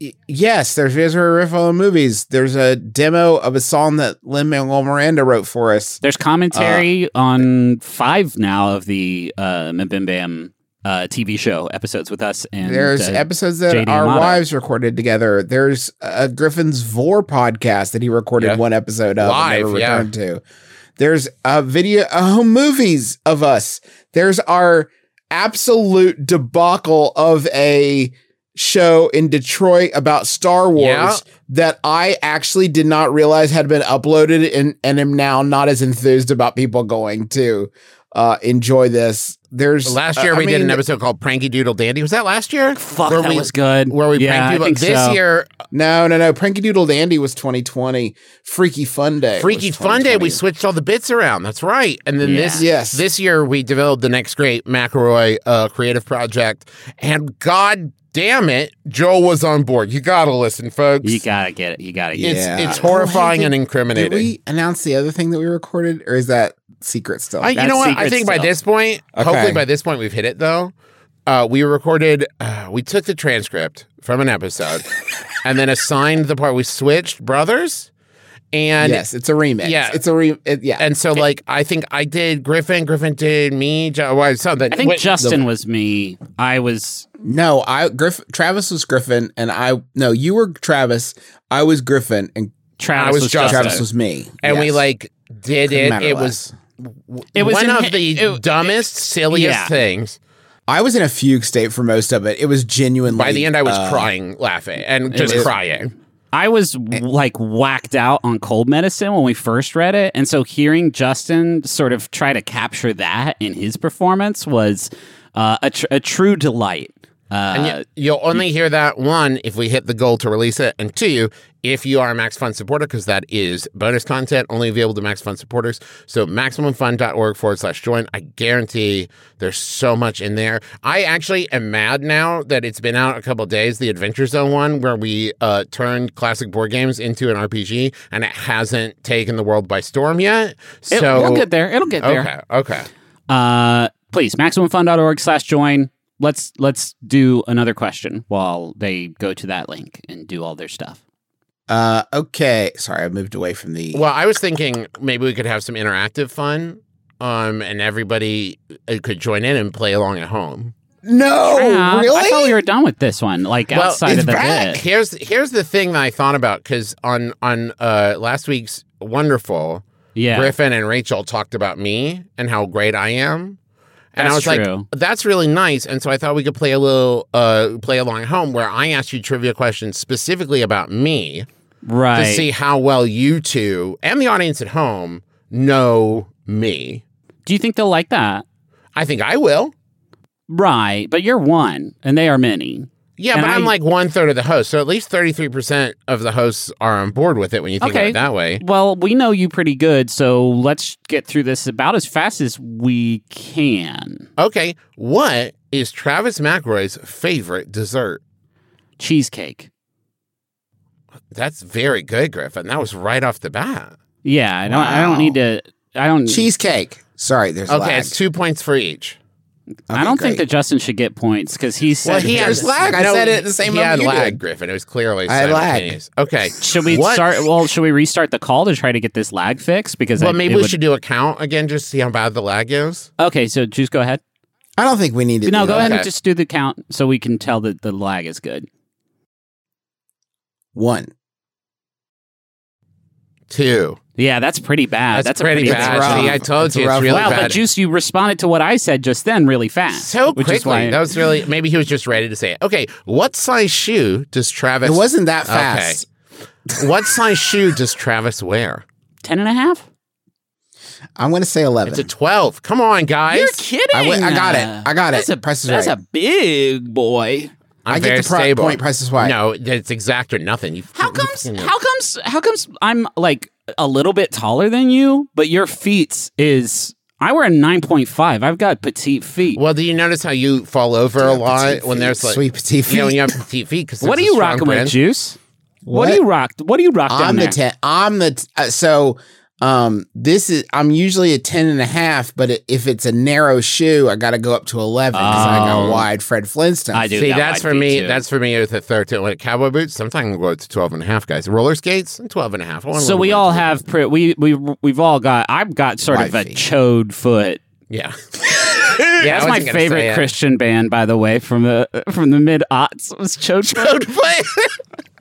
Y- yes, there's videos where we riff on movies. There's a demo of a song that Lin Manuel Miranda wrote for us. There's Uh, commentary on five now of the uh, Bim Bam uh, TV show episodes with us. And There's uh, episodes that JD our Amato. wives recorded together. There's a Griffin's Vor podcast that he recorded Yeah. one episode of Live, and never yeah. returned to. There's a video, a home movies of us. There's our absolute debacle of a show in Detroit about Star Wars Yeah. that I actually did not realize had been uploaded and, and am now not as enthused about people going to uh, enjoy this. There's Last year uh, I we did an mean, episode called Pranky Doodle Dandy. Was that last year? Fuck, where that we, was good. Where we yeah, pranked I people. think This so. year, No, no, no. Pranky Doodle Dandy was 2020. Freaky Fun Day. Freaky was Fun Day, 2020. we switched all the bits around. That's right. And then this Yeah. Yes. this year we developed the next great McElroy uh, creative project. And god damn it, Joel was on board. You gotta listen, folks. You gotta get it. You gotta get it's it. Yeah. it's Oh, horrifying hey, and did- incriminating. Did we announce the other thing that we recorded, or is that secret still? I, you know what? I secret think by stuff. this point, Okay. hopefully by this point, we've hit it though. Uh, we recorded, uh, we took the transcript from an [LAUGHS] episode and then assigned the part. We switched brothers. And yes, it's a remix. Yeah. it's a re. It, yeah, and so, like, I think I did Griffin, Griffin did me, jo- well, something. I think Wait, Justin was me. I was no, I Griff Travis was Griffin, and I no, you were Travis. I was Griffin, and Travis. I was Justin. Justin. Travis was me. and we Yes. like did Couldn't it. matter It less. was, It was one in- of the it- dumbest, silliest yeah. things. I was in a fugue state for most of it. It was genuinely. By the end, I was uh, crying, laughing, and just was- crying. I was like whacked out on cold medicine when we first read it. And so hearing Justin sort of try to capture that in his performance was uh, a, tr- a true delight. Uh, And you, you'll only hear that one if we hit the goal to release it, and two if you are a Max Fun supporter, because that is bonus content only available to Max Fun supporters. So maximumfun.org forward slash join. I guarantee there's so much in there. I actually am mad now that it's been out a couple days. The Adventure Zone one where we uh, turned classic board games into an RPG, and it hasn't taken the world by storm yet. it, So will get there. It'll get there. Okay, okay. Uh, please, maximumfund.org slash join. Let's let's do another question while they go to that link and do all their stuff. Uh, okay, sorry, I moved away from the. Well, I was thinking maybe we could have some interactive fun, um, and everybody uh, could join in and play along at home. no, Yeah, I thought Oh, really? we were done with this one, like Well, outside it's of the back. bit. Here's here's the thing that I thought about because on on uh, last week's wonderful Yeah. Griffin and Rachel talked about me and how great I am. And I was That's like, true. that's really nice. And so I thought we could play a little uh, play along at home where I asked you trivia questions specifically about me right. to see how well you two and the audience at home know me. Do you think they'll like that? I think I will. Right, but you're one, and they are many. Yeah, And but I'm I- like one third of the hosts, so at least thirty three percent of the hosts are on board with it when you think about Okay. it that way. Well, we know you pretty good, so let's get through this about as fast as we can. Okay, what is Travis McRoy's favorite dessert? Cheesecake. That's very good, Griffin. That was right off the bat. Yeah, I don't. I Wow. don't need to. I don't. cheesecake. Sorry, there's Okay, lag. it's two points for each. I don't think great. that Justin should get points because he said. There's lag. I said it the same He moment had you lag, did. Griffin. It was clearly I had lag. simultaneous. Okay, should we what- start? Well, should we restart the call to try to get this lag fixed? Because Well, I- maybe it we would- should do a count again, just to see how bad the lag is. Okay, so just go ahead. I don't think we need to. No, do go that. ahead and Okay. just do the count so we can tell that the lag is good. One. Two. Yeah, that's pretty bad. Ah, That's, a pretty, bad. rough. See, I told It's you, rough. it's really wow, bad. but Juice, you responded to what I said just then really fast. so which quickly. is why- that was really maybe he was just ready to say it. Okay, what size shoe does Travis? It wasn't that Okay. fast. What size shoe does Travis wear? Ten and a half? I'm going to say 11. It's a 12. Come on, guys. You're kidding. I went- I got it. I got it. That's A, Price is that's Right. a big boy. I'm I get very the pri- stable. point, Price is Right. No, it's exact or nothing. You, How you comes? fucking- How comes? How comes? I'm like a little bit taller than you, but your feet is. I wear a nine point five. I've got petite feet. Well, do you notice how you fall over a lot when there's like Sweet petite feet. You know, when you have petite feet. 'cause what are there's a you strong rocking brand. with, Juice? What? do you rock? What do you rock down I'm the there? 10. I'm the, t- uh, so, um, this is, I'm usually a 10 and a half, but i- if it's a narrow shoe, I got to go up to 11 because I got wide Fred Flintstone. I do. See, that that's for wide feet, me. too. That's for me with a 13. Like cowboy boots, sometimes we'll go to 12 and a half, guys. Roller skates, 12 and a half. I want a So little we bit. all have pre- we we we've all got. I've got sort of a Wide feet. chode foot. [LAUGHS] Yeah. Yeah, that's my favorite Christian band, by the way, from the from the mid aughts was chode foot.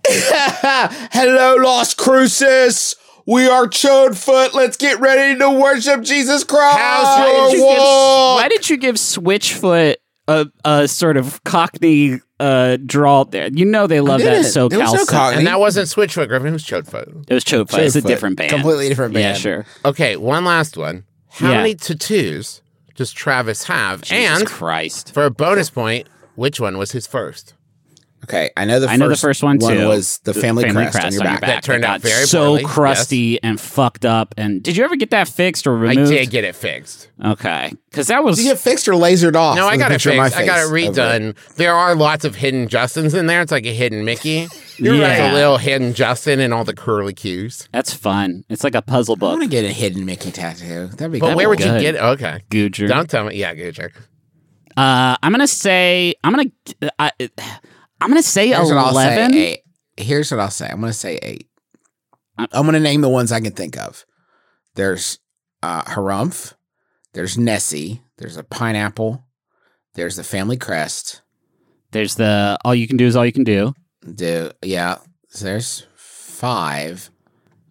Hello, Los Cruces. We are chode foot. Let's get ready to worship Jesus Christ. How's your Why did you give- Whoa. why did you give Switchfoot a, a sort of cockney uh, drawl there? You know they love that didn't. There SoCal. was no sound. cockney. And that wasn't Switchfoot Griffin, it was Chodefoot. It was Chodefoot. It's a Chodefoot. different band. Completely different Yeah, band. sure. Okay, one last one. How Yeah. many tattoos does Travis have? Jesus and Christ. for a bonus point, which one was his first? Okay, I know the I first know the first one, too. was the family, crest, on your back. That turned It out got very so poorly, yes. crusty and fucked up. And did you ever get that fixed or I removed? did get it fixed. Okay, because that was Did you get fixed or lasered off? No, I With a got Oh, it picture of fixed. my I got it face over redone. There are lots of hidden Justins in there. It's like a hidden [LAUGHS] Mickey. You're Yeah. right. A little hidden Justin and all the curly cues. that's fun. It's like a puzzle I want to book. get a hidden Mickey tattoo. That'd be But cool. where would good. you get it? Okay. Gujar. Don't tell me. Yeah, good jerk. Uh, I'm gonna say I'm gonna I, I'm gonna say Here's what I'll eleven. say. Eight. Here's what I'll say. I'm going to say eight. Uh, I'm going to name the ones I can think of. There's uh, Harumph. There's Nessie. There's a pineapple. There's the family crest. There's the all you can do is all you can do. Do yeah. So there's five.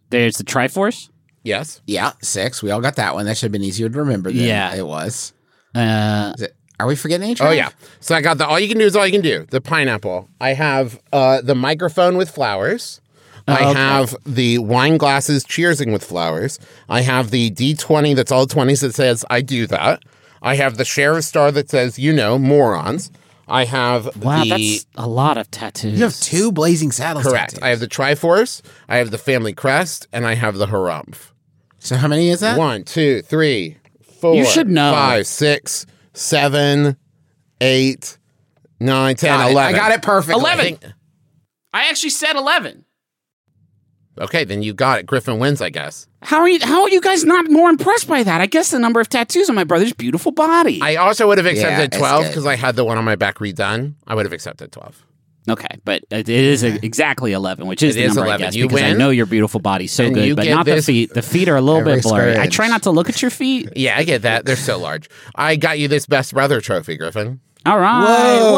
There's the Triforce. Yes. Yeah, six. We all got that one. That should have been easier to remember. Than Yeah. it was. Uh, Is it, are we forgetting any? Oh track? yeah. So I got the all you can do is all you can do. The pineapple. I have uh, the microphone with flowers. Oh, I okay. have the wine glasses cheersing with flowers. I have the D20 that's all 20s that says I do that. I have the sheriff star that says you know morons. I have wow, the that's a lot of tattoos. You have two blazing saddles. correct. tattoos. I have the Triforce. I have the family crest, and I have the harumph. So how many is that? One, two, three, four. You should know. Five, six, seven, eight, nine, ten, Got it. eleven. I got it perfect. Eleven. I actually said eleven. Okay, then you got it. Griffin wins, I guess. How are you? How are you guys not more impressed by that? I guess the number of tattoos on my brother's beautiful body. I also would have accepted it's 12 good. because I had the one on my back redone. I would have accepted 12. okay, but it it is e-, [LAUGHS] exactly eleven, which is It the is number I 11. guess You because I win. know your beautiful body so And you good, but get not this the feet. The feet are a little every bit blurry. square I inch. try not to look at your feet. Yeah, I get that. They're so large. I got you this best brother trophy, Griffin. All right. Whoa.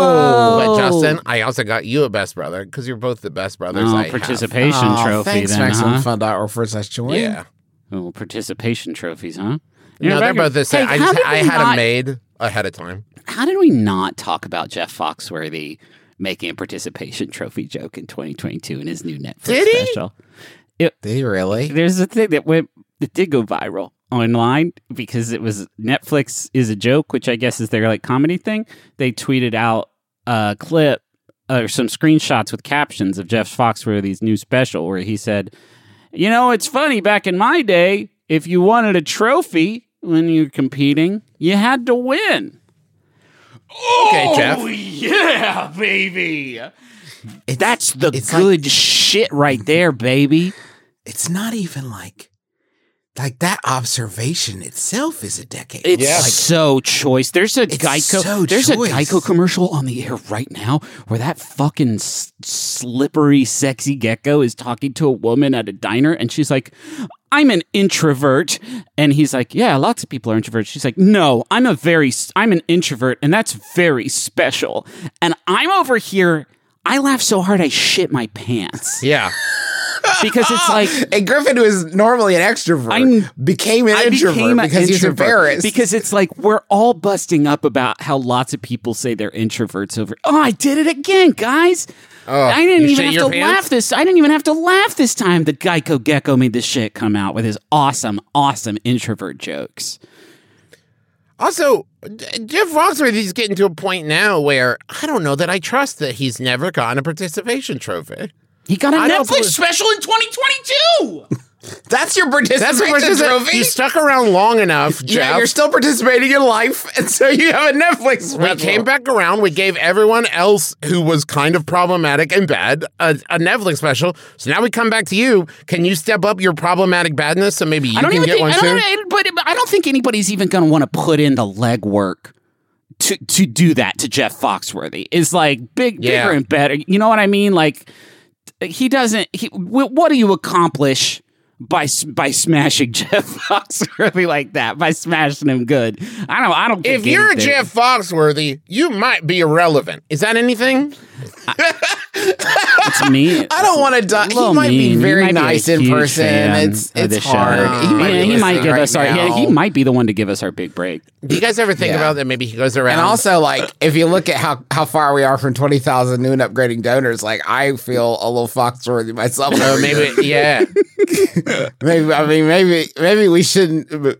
Whoa. But Justin, I also got you a best brother because you're both the best brothers Oh, I have. participation Aw, trophy Thanks, then, huh? MaximumFun.org for such joy. Yeah. Oh, participation trophies, huh? No, they're Rebecca- both the same. Hey, I, how just, did I we had not, them made ahead of time. How did we not talk about Jeff Foxworthy making a participation trophy joke in 2022 in his new Netflix Did he? special? Did he really? There's a thing that went that did go viral online because it was Netflix is a joke, which I guess is their like comedy thing. They tweeted out a clip uh, or some screenshots with captions of Jeff Foxworthy's new special where he said, "You know, it's funny back in my day, if you wanted a trophy when you're competing, you had to win." Okay, Jeff. [LAUGHS] yeah, baby. That's the it's like- good shit right there, baby. It's not even like like that observation itself is a decade. It's Yeah. so choice. There's a It's Geico. so there's choice. a Geico commercial on the air right now where that fucking s- slippery, sexy gecko is talking to a woman at a diner, and she's like, "I'm an introvert," and he's like, "Yeah, lots of people are introverts." She's like, "No, I'm a very, s- I'm an introvert, and that's very special." And I'm over here. I laugh so hard I shit my pants. Yeah. because [LAUGHS] it's like And Griffin, who is normally an extrovert, I'm- became an I introvert became an because he's introvert embarrassed. Because it's like we're all busting up about how lots of people say they're introverts over. Oh, I did it again, guys. Oh, I you didn't shit even have your to pants? laugh this. I didn't even have to laugh this time. The Geico Gecko made this shit come out with his awesome, awesome introvert jokes. Also, D- Jeff Foxworthy is getting to a point now where I don't know that I trust that he's never gotten a participation trophy. He got a I don't Netflix believe- special in 2022. that's your participation particip- trophy. You stuck around long [LAUGHS] enough, Jeff. yeah, you're still participating in life, [LAUGHS] and so you have a Netflix. we special. came back around. We gave everyone else who was kind of problematic and bad a, a Netflix special. So now we come back to you. Can you step up your problematic badness so maybe you I don't can even get think. one I soon? don't, but I don't think anybody's even going to want to put in the legwork to to do that to Jeff Foxworthy. Is like big, bigger Yeah. and better. You know what I mean? Like he doesn't. He, wh- what do you accomplish? By s- by smashing [LAUGHS] Jeff Foxworthy like that, by smashing him good, I don't I don't. If think you're a anything- Jeff Foxworthy, you might be irrelevant. Is that anything? it's me. I don't want to die. He Little might mean. be He very might be a nice in huge person. fan It's of the it's show. hard. might yeah, be he might listening give right us our. now. Yeah, he might be the one to give us our big break. Do you guys ever think Yeah. about that? Maybe he goes around. And also, like, if you look at how, how far we are from 20,000 new and upgrading donors, like, I feel a little foxworthy myself. Oh, maybe, [LAUGHS] yeah. maybe, I mean, maybe, maybe we shouldn't uh,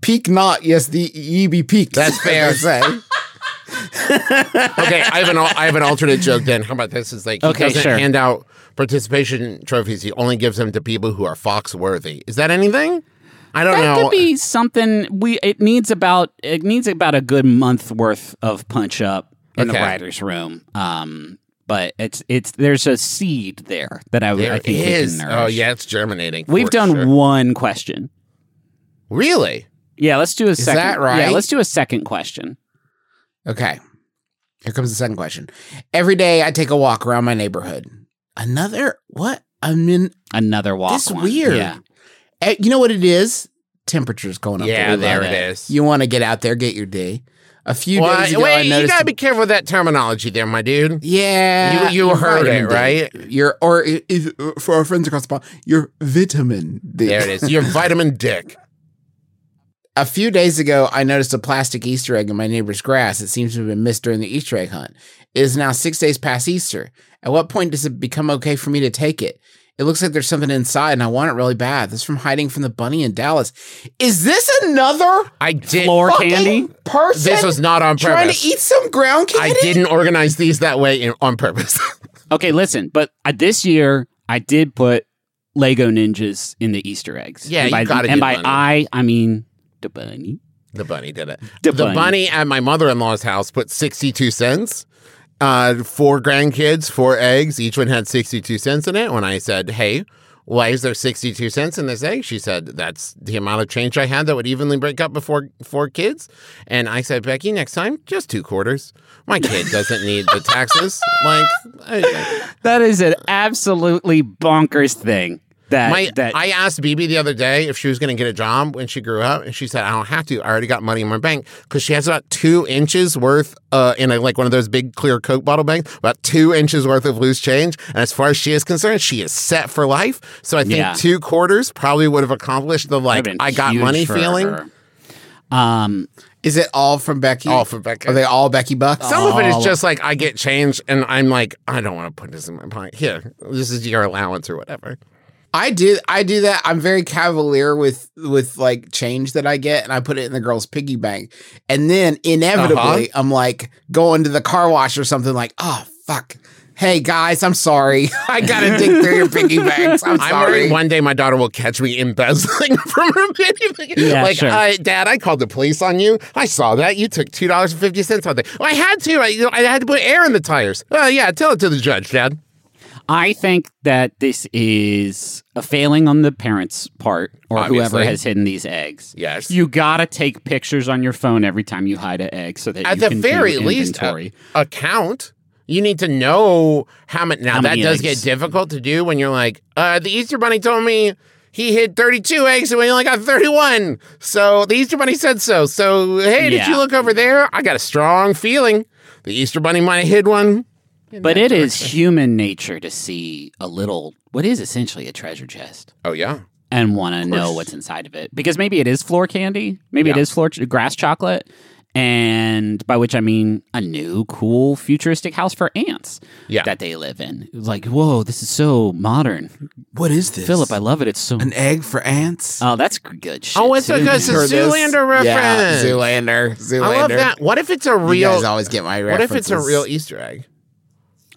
peak not. Yes, the ye be peaked. That's [LAUGHS] fair. as they say. Okay, I have an al- I have an alternate joke. Then how about this? Is like he Okay, doesn't sure. hand out participation trophies. He only gives them to people who are Fox worthy. Is that anything? I don't that know. could be something we it needs about it needs about a good month worth of punch up in Okay. the writers room um but it's it's there's a seed there that i, would There I think is- we can nourish. Oh yeah, it's germinating. we've for done sure. one question really. yeah let's do a second that right? yeah let's do a second question Okay. Here comes the second question. Every day I take a walk around my neighborhood. Another, what? I mean, another walk That's one. weird. yeah eh, you know what it is? Temperature's going up. Yeah, We love there it is. You want to get out there, get your day. A few Well, days ago, I wait, you noticed gotta be careful with that terminology, there, my [LAUGHS] dude. Yeah, You- you your heard vitamin it, D. right? Your or i- if, for our friends across the pond, your vitamin D. There it is. Your vitamin dick. [LAUGHS] A few days ago, I noticed a plastic Easter egg in my neighbor's grass. that seems to have been missed during the Easter egg hunt. It is now six days past Easter. At what point does it become okay for me to take it? It looks like there's something inside, and I want it really bad. This is from hiding from the bunny in Dallas. Is this another I did. Floor fucking candy? person? This was not on trying purpose. to eat some ground I candy. didn't organize these that way in, on purpose. [LAUGHS] okay listen but uh, this year i did put lego ninjas in the easter eggs Yeah, and you by, gotta and do by one. i i mean the bunny The bunny did it. The the bunny. bunny at my mother in law's house put 62 cents. Uh, four grandkids, four eggs. Each one had 62 cents in it. When I said, Hey, why is there 62 cents in this egg? She said, That's the amount of change I had that would evenly break up before four kids. And I said, Becky, next time, just two quarters. My kid doesn't need the taxes. Like, I, That is an absolutely bonkers thing. That My, that I asked BB the other day if she was going to get a job when she grew up, and she said, "I don't have to. I already got money in my bank because she has about two inches worth uh, in a, like one of those big clear Coke bottle banks, about two inches worth of loose change. And as far as she is concerned, she is set for life. So I think Yeah. two quarters probably would have accomplished the like would've been I got huge money for feeling. her. Um, Is it all from Becky? All from Becky. Are they all Becky Bucks? Some of it Oh. is just like I get change, and I'm like, I don't want to put this in my pocket. Here, this is your allowance or whatever. I do I do that. I'm very cavalier with with like change that I get and I put it in the girl's piggy bank. And then inevitably Uh-huh. I'm like going to the car wash or something like, oh fuck. Hey guys, I'm sorry. [LAUGHS] I gotta dig through your piggy [LAUGHS] banks. I'm I'm worried sorry. one day my daughter will catch me embezzling [LAUGHS] from her penny. Yeah, like, sure. uh, Dad, I called the police on you. I saw that. You took $2.50 on thing. Well, I had to. I, you know, I had to put air in the tires. Oh, yeah, tell it to the judge, Dad. I think that this is a failing on the parents' part, or Obviously. whoever has hidden these eggs. Yes. you gotta take pictures on your phone every time you hide an egg, so that At you the can very do least, uh, inventory. a, a count. You need to know how much. Now, How that many does get eggs? difficult to do when you're like, uh, the Easter Bunny told me he hid 32 eggs and we only got 31. So the Easter Bunny said so. So, hey, did Yeah. you look over there? I got a strong feeling. The Easter Bunny might have hid one. But it is human nature to see a little, what is essentially a treasure chest, Oh yeah. and want to know what's inside of it. Because maybe it is floor candy, maybe it is floor ch- grass chocolate, and by which I mean a new, cool, futuristic house for ants Yeah. that they live in. It's Like, whoa, this is so modern. What is this? Philip, I love it. It's so. An egg for ants? Oh, that's g- good shit. Oh, Uh, it's a too, good- man. Zoolander reference. Yeah, Zoolander. Zoolander. I love that. What if it's a You real? guys always get my what references. if it's a real Easter egg [LAUGHS]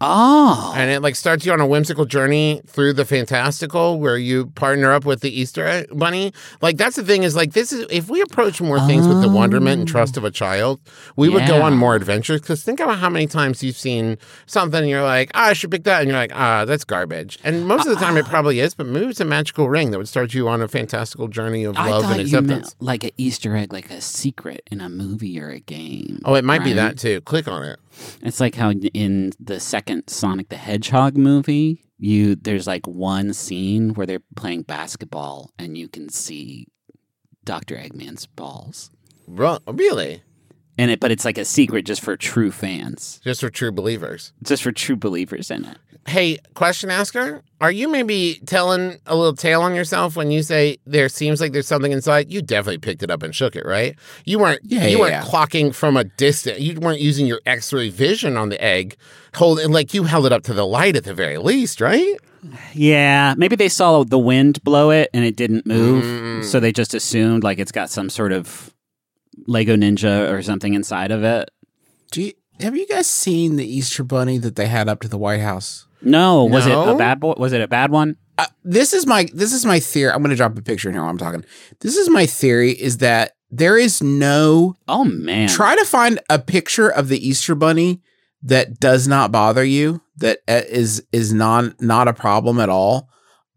Oh, and it like starts you on a whimsical journey through the fantastical where you partner up with the Easter egg bunny? Like that's the thing is like this is if we approach more things with the wonderment and trust of a child, we would go Yeah. on more adventures. Because think about how many times you've seen something and you're like, ah, I should pick that, and you're like, ah, that's garbage. And most of the Uh-uh. time it probably is, but maybe it's a magical ring that would start you on a fantastical journey of I love thought and you acceptance. meant like an Easter egg, like a secret in a movie or a game. Oh, it might be right? that too. Click on it. It's like how in the second Sonic the Hedgehog movie, you there's like one scene where they're playing basketball and you can see Dr. Eggman's balls. Ru- Really? And it but it's like a secret just for true fans. Just for true believers. Just for true believers in it. Hey, question asker, are you maybe telling a little tale on yourself when you say there seems like there's something inside? You definitely picked it up and shook it, right? You weren't Yeah, you yeah, weren't yeah. clocking from a distance. You weren't using your x-ray vision on the egg. Hold it like you held it up to the light at the very least, right? Yeah. Maybe they saw the wind blow it and it didn't move. So they just assumed like it's got some sort of Lego ninja or something inside of it. e- Do you, have you guys seen the Easter bunny that they had up to the White House? No, was it No? a bad boy? Was it a bad one? Uh, this is my this is my theory. I'm going to drop a picture in here while I'm talking. This is my theory is that there is no Oh man. try to find a picture of the Easter bunny that does not bother you that uh, is is non not a problem at all.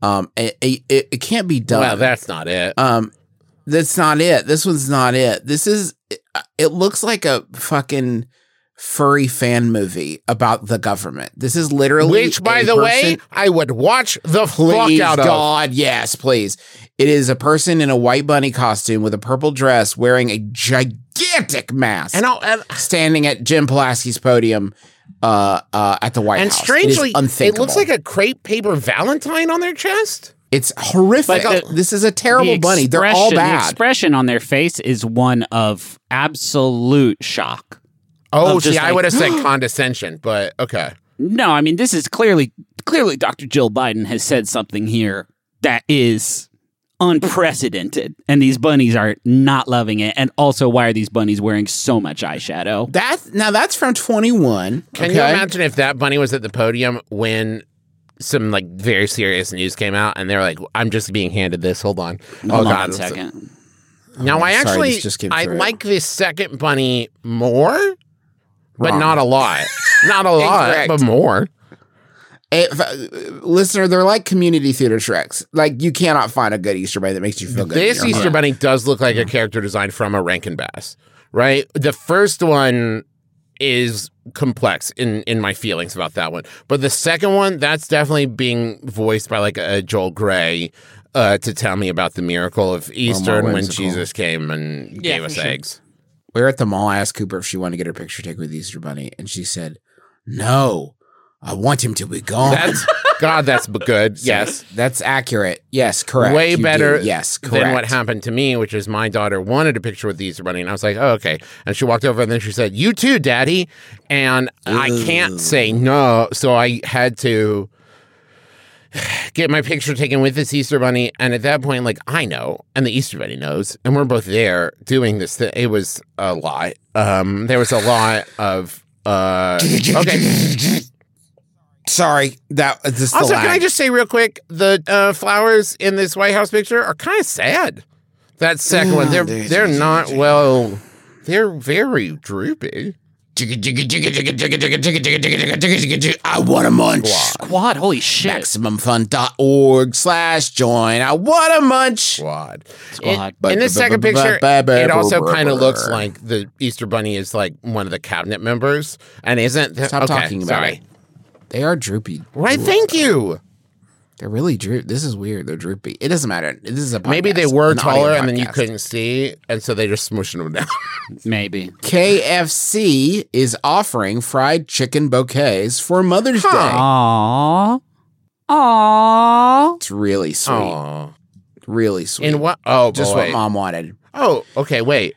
Um, it, it, it can't be done. Well, that's not it. Um, that's not it. This one's not it. This is. It, it looks like a fucking furry fan movie about the government. This is literally. Which, by a the way, person- I would watch the please fuck out of. God, yes, please. It is a person in a white bunny costume with a purple dress, wearing a gigantic mask, And I'll, and standing at Jim Pulaski's podium uh, uh, at the White and House. it, strangely, is it, unthinkable. looks like a crepe paper Valentine on their chest. it's horrific. But the- this is a terrible the bunny. They're all expression- bad. The expression on their face is one of absolute shock. Oh, Of see, just I like- would [GASPS] have said condescension, but okay. No, I mean this is clearly clearly Dr. Jill Biden has said something here that is unprecedented and these bunnies are not loving it and also why are these bunnies wearing so much eyeshadow? That now that's from 21. Can you okay? imagine if that bunny was at the podium when some like very serious news came out and they're like, "I'm just being handed this. Hold on." Oh, Hold on God, a I'm so- second. Now sorry, I actually this just came I through. like this second bunny more, but Wrong. not a lot. [LAUGHS] Not a lot, Incorrect. but more. If, uh, listener, they're like community theater Shreks. Like you cannot find a good Easter bunny that makes you feel good. in This your Easter mind. bunny does look like a character design from a Rankin Bass, right? The first one is complex in in my feelings about that one, but the second one that's definitely being voiced by like a Joel Gray. Uh, to tell me about the miracle of Easter and when whimsical. Jesus came and gave us eggs. we were at the mall. I asked Cooper if she wanted to get her picture taken with the Easter bunny, and she said, "No, I want him to be gone." [LAUGHS] That's God. That's b- good. Yes, that's accurate. Yes, correct. Way You do. better Yes, correct. than what happened to me, which is my daughter wanted a picture with the Easter Bunny, and I was like, oh, okay. And she walked over, and then she said, "You too, Daddy," and I can't say no, so I had to get my picture taken with this Easter Bunny. And at that point, like I know, and the Easter Bunny knows, and we're both there doing this. Thing. It was a lot. Um, there was a lot of. [LAUGHS] Uh, okay. Sorry, that this is the Also, can lag. I just say real quick, the uh, flowers in this White House picture are kind of sad. That second one, they're they're not well. They're very droopy. I want a munch. Quad, holy shit. MaximumFun.org slash join. I want a munch. Squad. Squad. In, in this second picture, it also kind of looks Brr. like the Easter Bunny is like one of the cabinet members, and isn't. Stop okay, talking about sorry. it. They are droopy. Right. Thank you. They're really droopy. This is weird. They're droopy. It doesn't matter. This is a podcast, Maybe they were an audio taller, and then you podcast. couldn't see, and so they just smushing them down. Maybe. KFC is offering fried chicken bouquets for Mother's Day. Aww. Aww. It's really sweet. Aw. Really sweet. In what? Oh, Just boy. what mom wanted. Oh, okay. Wait.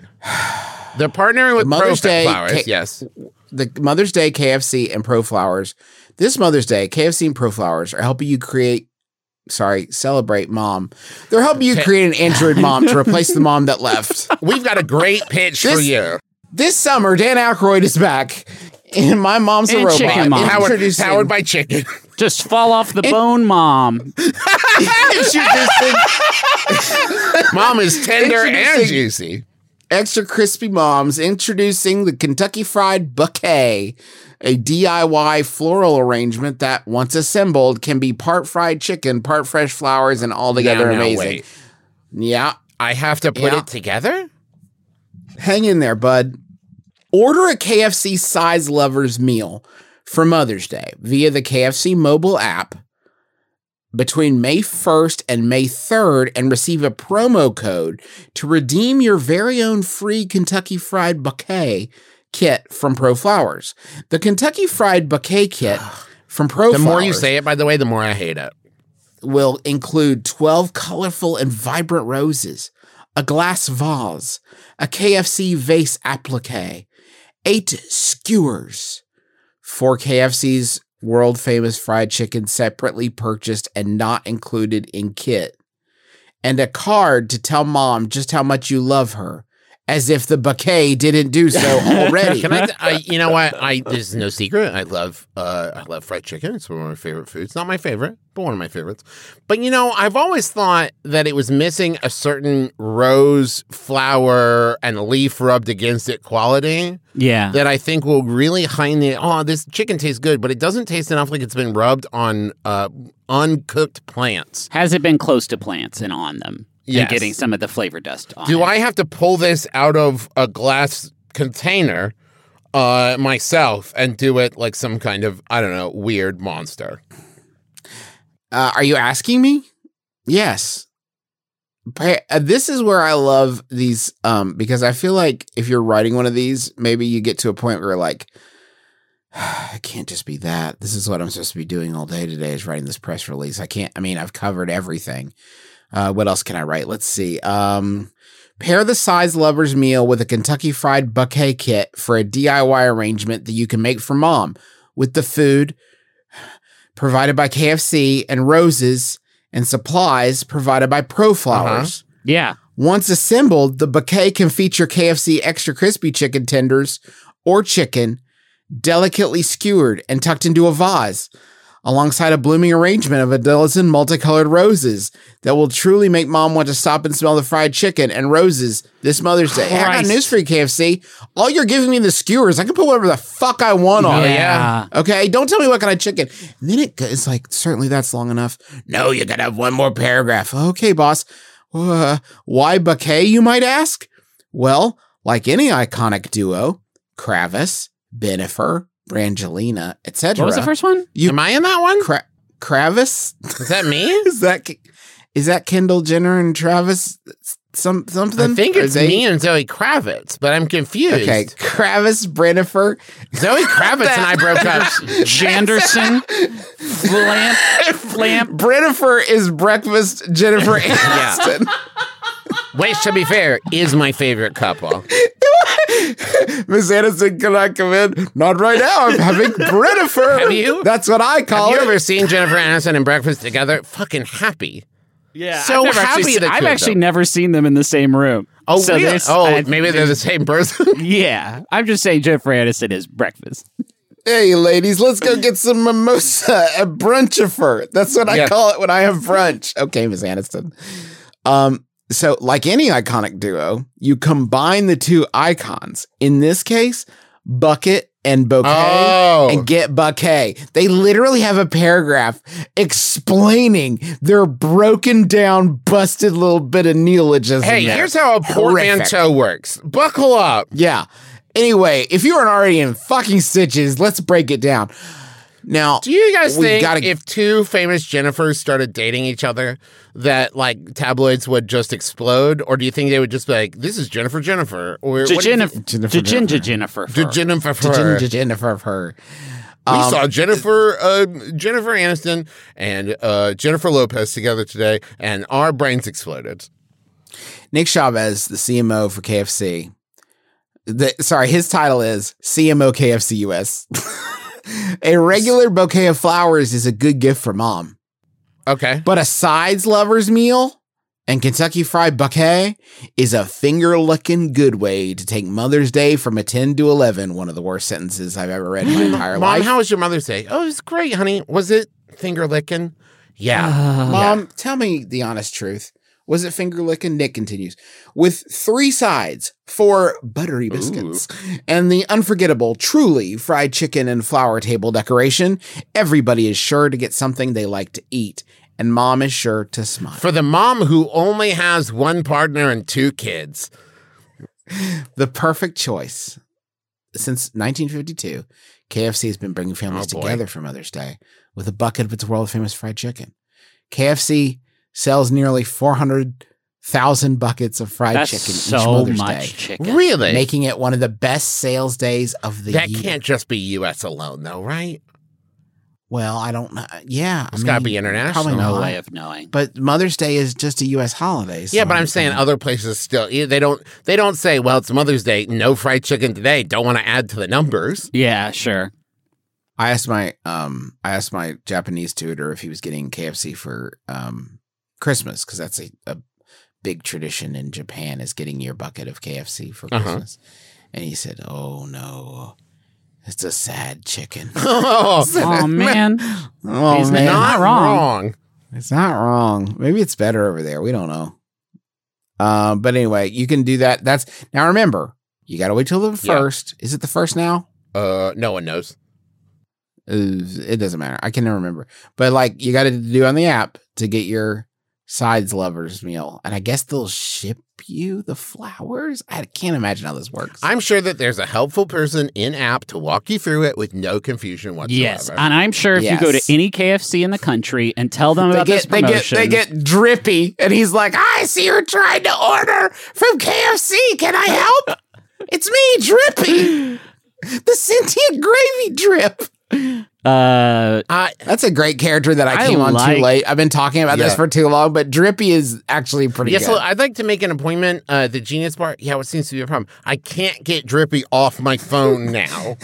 They're partnering with Mother's Mother's Day Flowers. ca- yes. The Mother's Day KFC and Pro Flowers. This Mother's Day, KFC and Pro Flowers are helping you create sorry, celebrate mom. They're helping you create an android mom to replace the mom that left. We've got a great pitch for This- you. This summer, Dan Aykroyd is back. And my mom's a And robot. Chicken Mom. Powered, Introducing- powered [LAUGHS] by chicken. Just fall off the bone, [LAUGHS] mom. introducing Mom is tender and Introducing- juicy. Extra Crispy Moms introducing the Kentucky Fried Bouquet, a DIY floral arrangement that, once assembled, can be part fried chicken, part fresh flowers, and altogether Now, now, amazing. wait. Yeah, I have to put Yeah. it together? hang in there, bud. Order a KFC size lovers meal for Mother's Day via the KFC mobile app between May 1st and May 3rd and receive a promo code to redeem your very own free Kentucky Fried Bouquet kit from Pro Flowers. The Kentucky Fried Bouquet kit from Pro The Flowers more you say it, by the way, the more I hate it. will include 12 colorful and vibrant roses, a glass vase, a KFC vase applique, eight skewers, four KFC's world famous fried chicken separately purchased and not included in kit, and a card to tell mom just how much you love her, as if the bouquet didn't do [LAUGHS] so already. Can I, I? You know what? I this is no secret. I love, uh, I love fried chicken. It's one of my favorite foods. Not my favorite, but one of my favorites. But you know, I've always thought that it was missing a certain rose flower and leaf rubbed against it quality [LAUGHS] Yeah. that I think will really heighten the. Oh, this chicken tastes good, but it doesn't taste enough like it's been rubbed on uh, uncooked plants. Has it been close to plants and on them? Yes. And getting some of the flavor dust on Do it? I have to pull this out of a glass container uh, myself and do it like some kind of, I don't know, weird monster? Uh, are you asking me? Yes. Pa- uh, This is where I love these um, because I feel like if you're writing one of these, maybe you get to a point where you're like, [SIGHS] it can't just be that. This is what I'm supposed to be doing all day today is writing this press release. I can't, I mean, I've covered everything. Uh, what else can I write? Let's see. Um, pair the size lover's meal with a Kentucky Fried Bouquet kit for a DIY arrangement that you can make for mom with the food provided by KFC and roses and supplies provided by Uh-huh. Pro Flowers. Yeah. Once assembled, the bouquet can feature KFC extra crispy chicken tenders or chicken delicately skewered and tucked into a vase alongside a blooming arrangement of a dozen multicolored roses that will truly make mom want to stop and smell the fried chicken and roses this Mother's Day. Hey, I got Christ. news for you, KFC. All you're giving me the skewers. I can put whatever the fuck I want on it. Oh, Yeah. [LAUGHS] Okay, don't tell me what kind of chicken. And then it go- it's like, certainly that's long enough. No, you gotta have one more paragraph. Okay, boss. Uh, why bouquet, you might ask? Well, like any iconic duo, Kravis, Benifer, Brangelina, etc. What was the first one? You- Am I in that one? Kra- Kravis? Is that [LAUGHS] me? Is that Ki- is that Kendall Jenner and Travis some something? I think Are it's they- me and Zoe Kravitz, but I'm confused. Okay, Kravis, Benifer, [LAUGHS] Zoe Kravitz and I broke up. Janderson? Flamp? Flamp? Brennifer is breakfast. [LAUGHS] Jennifer Aniston. Which, to be fair, is my favorite couple. Miss Anderson, can I come in? Not right now. I'm [LAUGHS] having Brennifer. Have you? That's what I Have call you it. ever seen Jennifer Aniston and Breakfast together? Fucking happy. Yeah. So I've never happy actually, the two I've of actually them. never seen them in the same room. Oh, so really? there's- oh, I- maybe they're the [LAUGHS] same person. Yeah. I'm just saying Jennifer Aniston is breakfast. hey, ladies, let's go get some mimosa at Brunchifer. That's what I Yeah. call it when I have brunch. Okay, Miss Aniston. Um, so, like any iconic duo, you combine the two icons. In this case, bucket and bouquet. Oh. And get bouquet. They literally have a paragraph explaining their broken down, busted little bit of neologism. Hey, there. here's how a portmanteau works. Buckle up. Yeah. Anyway, if you aren't already in fucking stitches, let's break it down. Now, Do you guys we think gotta- if two famous Jennifers started dating each other, that like tabloids would just explode, or do you think they would just be like, "This is Jennifer, Jennifer," or what do you Jennifer, think- Jennifer Jennifer, Jennifer. to Jennifer? Jen- Jennifer Um, of her. We saw Jennifer, uh, Jennifer Aniston, and uh, Jennifer Lopez together today, and our brains exploded. Nick Chavez, the CMO for KFC. The, sorry, his title is CMO KFC US. [LAUGHS] a regular bouquet of flowers is a good gift for mom, Okay, but a sides lover's meal and Kentucky Fried Bouquet is a finger licking good way to take Mother's Day from a 10 to 11, one of the worst sentences I've ever read in my entire [LAUGHS] Mom, life. how was your Mother's Day? Oh, it was great, honey. Was it finger licking? Yeah. Mom, tell me the honest truth. Was it finger licking? Nick continues with three sides, four buttery biscuits, and the unforgettable, truly fried chicken and flower table decoration. Everybody is sure to get something they like to eat, and mom is sure to smile. For the mom who only has one partner and two kids. the perfect choice. Since 1952, KFC has been bringing families Oh, boy. together for Mother's Day with a bucket of its world famous fried chicken. KFC sells nearly 400,000 buckets of fried That's chicken each so Mother's much Day, chicken. Really? making it one of the best sales days of the that year. can't just be U.S. alone, though, right? well, I don't know. Yeah. I It's gotta mean, be international. Probably no not. way of Oh, knowing. But Mother's Day is just a U.S. holiday. yeah, so but I'm saying other places still yeah, they don't they don't say, well, it's Mother's Day, no fried chicken today. Don't want to add to the numbers. [LAUGHS] Yeah, sure. I asked my um I asked my Japanese tutor if he was getting KFC for um Christmas because that's a, a big tradition in Japan is getting your bucket of KFC for Uh-huh. Christmas. And he said, "Oh no, it's a sad chicken." [LAUGHS] oh, Oh man, oh He's man, not not- wrong. wrong. it's not wrong. Maybe it's better over there. We don't know. Uh, but anyway, you can do that. That's now. Remember, you got to wait till the Yeah. first. Is it the first now? Uh, no one knows. Uh, it doesn't matter. I can never remember. But like you got to do on the app to get your sides lovers meal, and I guess they'll ship you the flowers. I can't imagine how this works. I'm sure that there's a helpful person in app to walk you through it with no confusion whatsoever. yes, and I'm sure if you go to Yes. any KFC in the country and tell them they about this get they get promotion, they get drippy, and he's like, "I see you're trying to order from KFC. Can I help? it's me, Drippy, the sentient gravy drip." uh, Uh, That's a great character that I I came on like- too late. I've been talking about this Yeah. for too long, but Drippy is actually pretty. yes, good. look, I'd like to make an appointment uh, at the Genius Bar. Yeah, what seems to be a problem? I can't get Drippy off my phone now.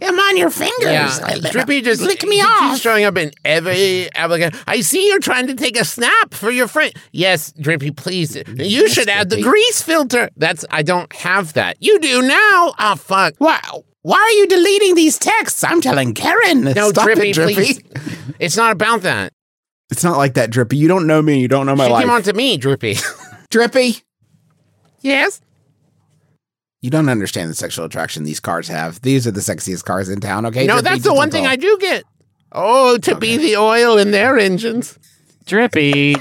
I'm on your fingers. Yeah, Drippy just lick me he off. Keeps showing up in every applicant. I see you're trying to take a snap for your friend. Yes, Drippy, please. You should add the Drippy. grease filter. That's I don't have that. You do now. Ah, fuck. Wow. Why are you deleting these texts? I'm telling Karen. No, Stop Drippy, it, Drippy. please. It's not about that. It's not like that, Drippy. You don't know me. You don't know my she life. came on to me, Drippy. [LAUGHS] Drippy, yes. you don't understand the sexual attraction these cars have. These are the sexiest cars in town, okay? no, Drippy? that's Just the one don't thing tell. I do get. Oh, to be the oil in their engines. drippy.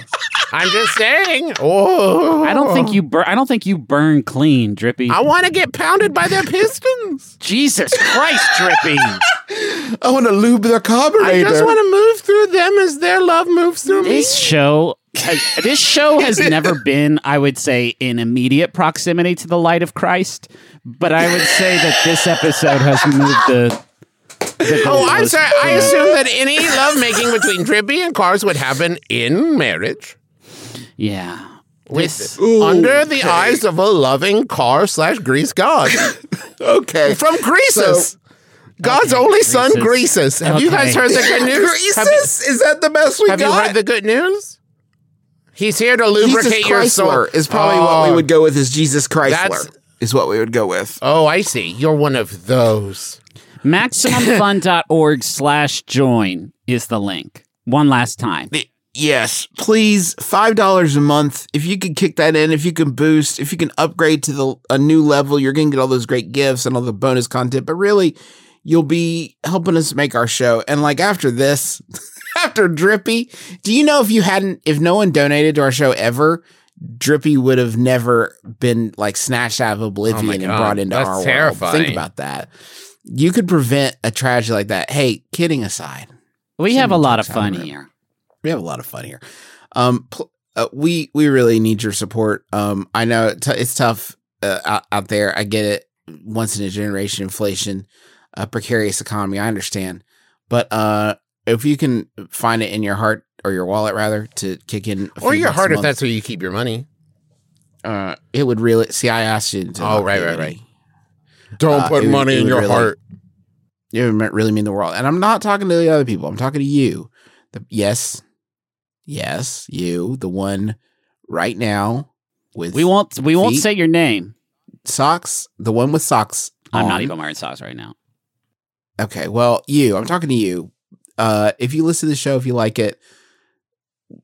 I'm just [LAUGHS] saying. Oh, I don't think you. Bur- I don't think you burn clean, drippy. I want to get pounded by their pistons. Jesus Christ, drippy. I want to lube their I carburetor. just want to move through them as their love moves through me. This show. has- this show has never been, I would say, in immediate proximity to the light of Christ, but I would say that this episode has moved the. the Oh, I'm goalpost sorry. I to- assume that any lovemaking between Drippy and Cars would happen in marriage. Yeah. With, under the eyes of a loving car slash grease [LAUGHS] god okay. from Greases, God's only son Greases. Have you guys [LAUGHS] Okay. heard the good news? Have you- is that the best we Have you heard the good news? He's here to lubricate Jesus your soul. Chrysler is probably what Oh, we would go with. Is Jesus That's- Chrysler is what we would go with. Oh, I see. You're one of those. MaximumFun.org slash join is the link. One last time. Yes, please. Five dollars a month. If you could kick that in, if you can boost, if you can upgrade to the a new level, you're gonna get all those great gifts and all the bonus content. But really, you'll be helping us make our show. And like after this, [LAUGHS] after Drippy, do you know if you hadn't, if no one donated to our show ever, Drippy would have never been like snatched out of oblivion and Oh God, brought into that's our world. terrifying. Think about that. you could prevent a tragedy like that. Hey, kidding aside, We have a lot of Sounds fun right. here. we have a lot of fun here. Um, pl- uh, we we really need your support. Um, I know it t- it's tough uh, out, out there. I get it. Once in a generation inflation, a precarious economy. I understand, but uh, if you can find it in your heart or your wallet rather to kick in, a Or few your bucks a heart if month, that's where you keep your money. uh, it would really see. I asked you. To Oh, not right, do right, any. right. Don't Uh, it would- it would really- It would really mean the world. And I'm not talking to the other people. I'm talking to you. The, yes, yes, you, the one right now with We won't. We won't Feet? say your name. socks. The one with socks. I'm not on. even wearing socks right now. Okay, well, you. I'm talking to you. Uh, if you listen to the show, if you like it,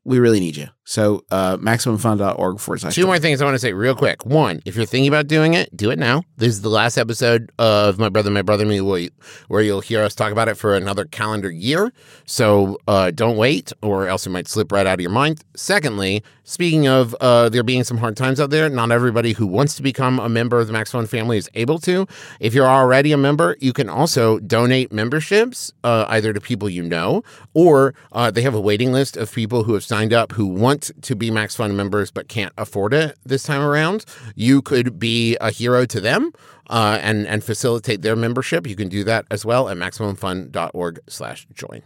we really need you. So, uh, maximumfun.org forward slash. Two more things I want to say real quick. One, if you're thinking about doing it, do it now. This is the last episode of My Brother, My Brother, Me, where you- where you'll hear us talk about it for another calendar year. So uh, don't wait, or else it might slip right out of your mind. Secondly, speaking of uh, there being some hard times out there, not everybody who wants to become a member of the Max Fun family is able to. If you're already a member, you can also donate memberships uh, either to people you know, or uh, they have a waiting list of people who have signed up who want to be Max Fun members but can't afford it this time around. You could be a hero to them uh, and and facilitate their membership. You can do that as well at maximumfun.org/join.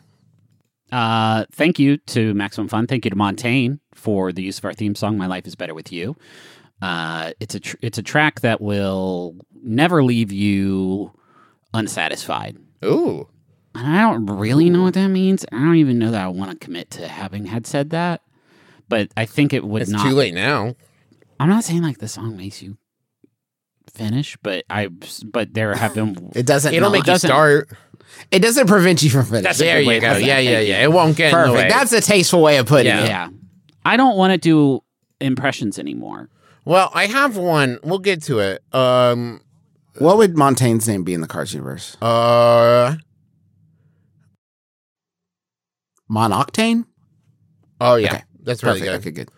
Uh, thank you to Maximum Fun. Thank you to Montaigne for the use of our theme song, "My Life Is Better with You." Uh, it's a tr- it's a track that will never leave you unsatisfied. Ooh, And I don't really know what that means. I don't even know that I want to commit to having had said that. But I think it would it's not. too late now. I'm not saying like the song makes you finish, but I but there [LAUGHS] have been It doesn't. It'll knock- make you doesn't- start. it doesn't prevent you from finishing. There you go. Yeah, yeah, yeah. It won't get in the way. Perfect. That's a tasteful way of putting it. yeah. I don't want to do impressions anymore. Well, I have one. We'll get to it. Um, What would Montaigne's name be in the Cars universe? uh, Monoctane. oh yeah, Okay. that's really Perfect. good. Okay, good.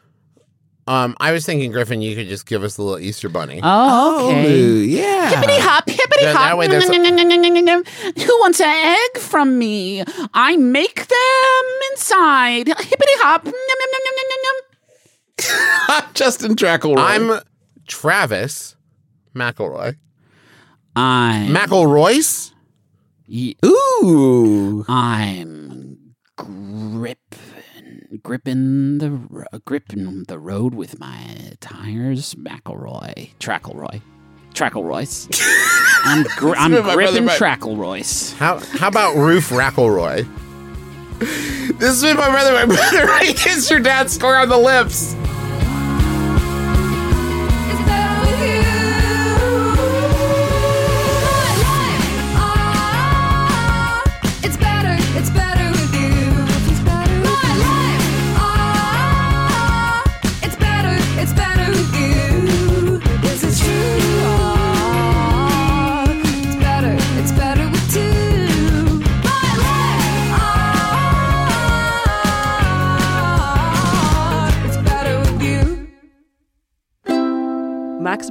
Um, I was thinking, Griffin, you could just give us the little Easter bunny. Uh, Oh, Ooh, Uh-huh. yeah. Hippity hop, hippity That- that hop. way there's a- Who wants an egg from me? I make them inside. Hippity hop. Nom, nom, nom, nom, nom, nom, nom. I'm [LAUGHS] Justin Trackle. I'm Travis McElroy. I'm McElroyce? ye- Ooh. I'm gripping, gripping the ro- gripping the road with my tires, McElroy, Trackleroy, Trackleroyce. I'm, gr- I'm what my brother gripping might- Trackleroyce. How how about Roof [LAUGHS] McElroy? This has been my brother, my brother. I [LAUGHS] kissed your dad's score on the lips. It's better with you. My life, ah, it's better, it's better with you. It's better. My life, ah, it's better, it's better with you. Is it true? Ah, it's better, it's better with two. My life, ah, it's better with you.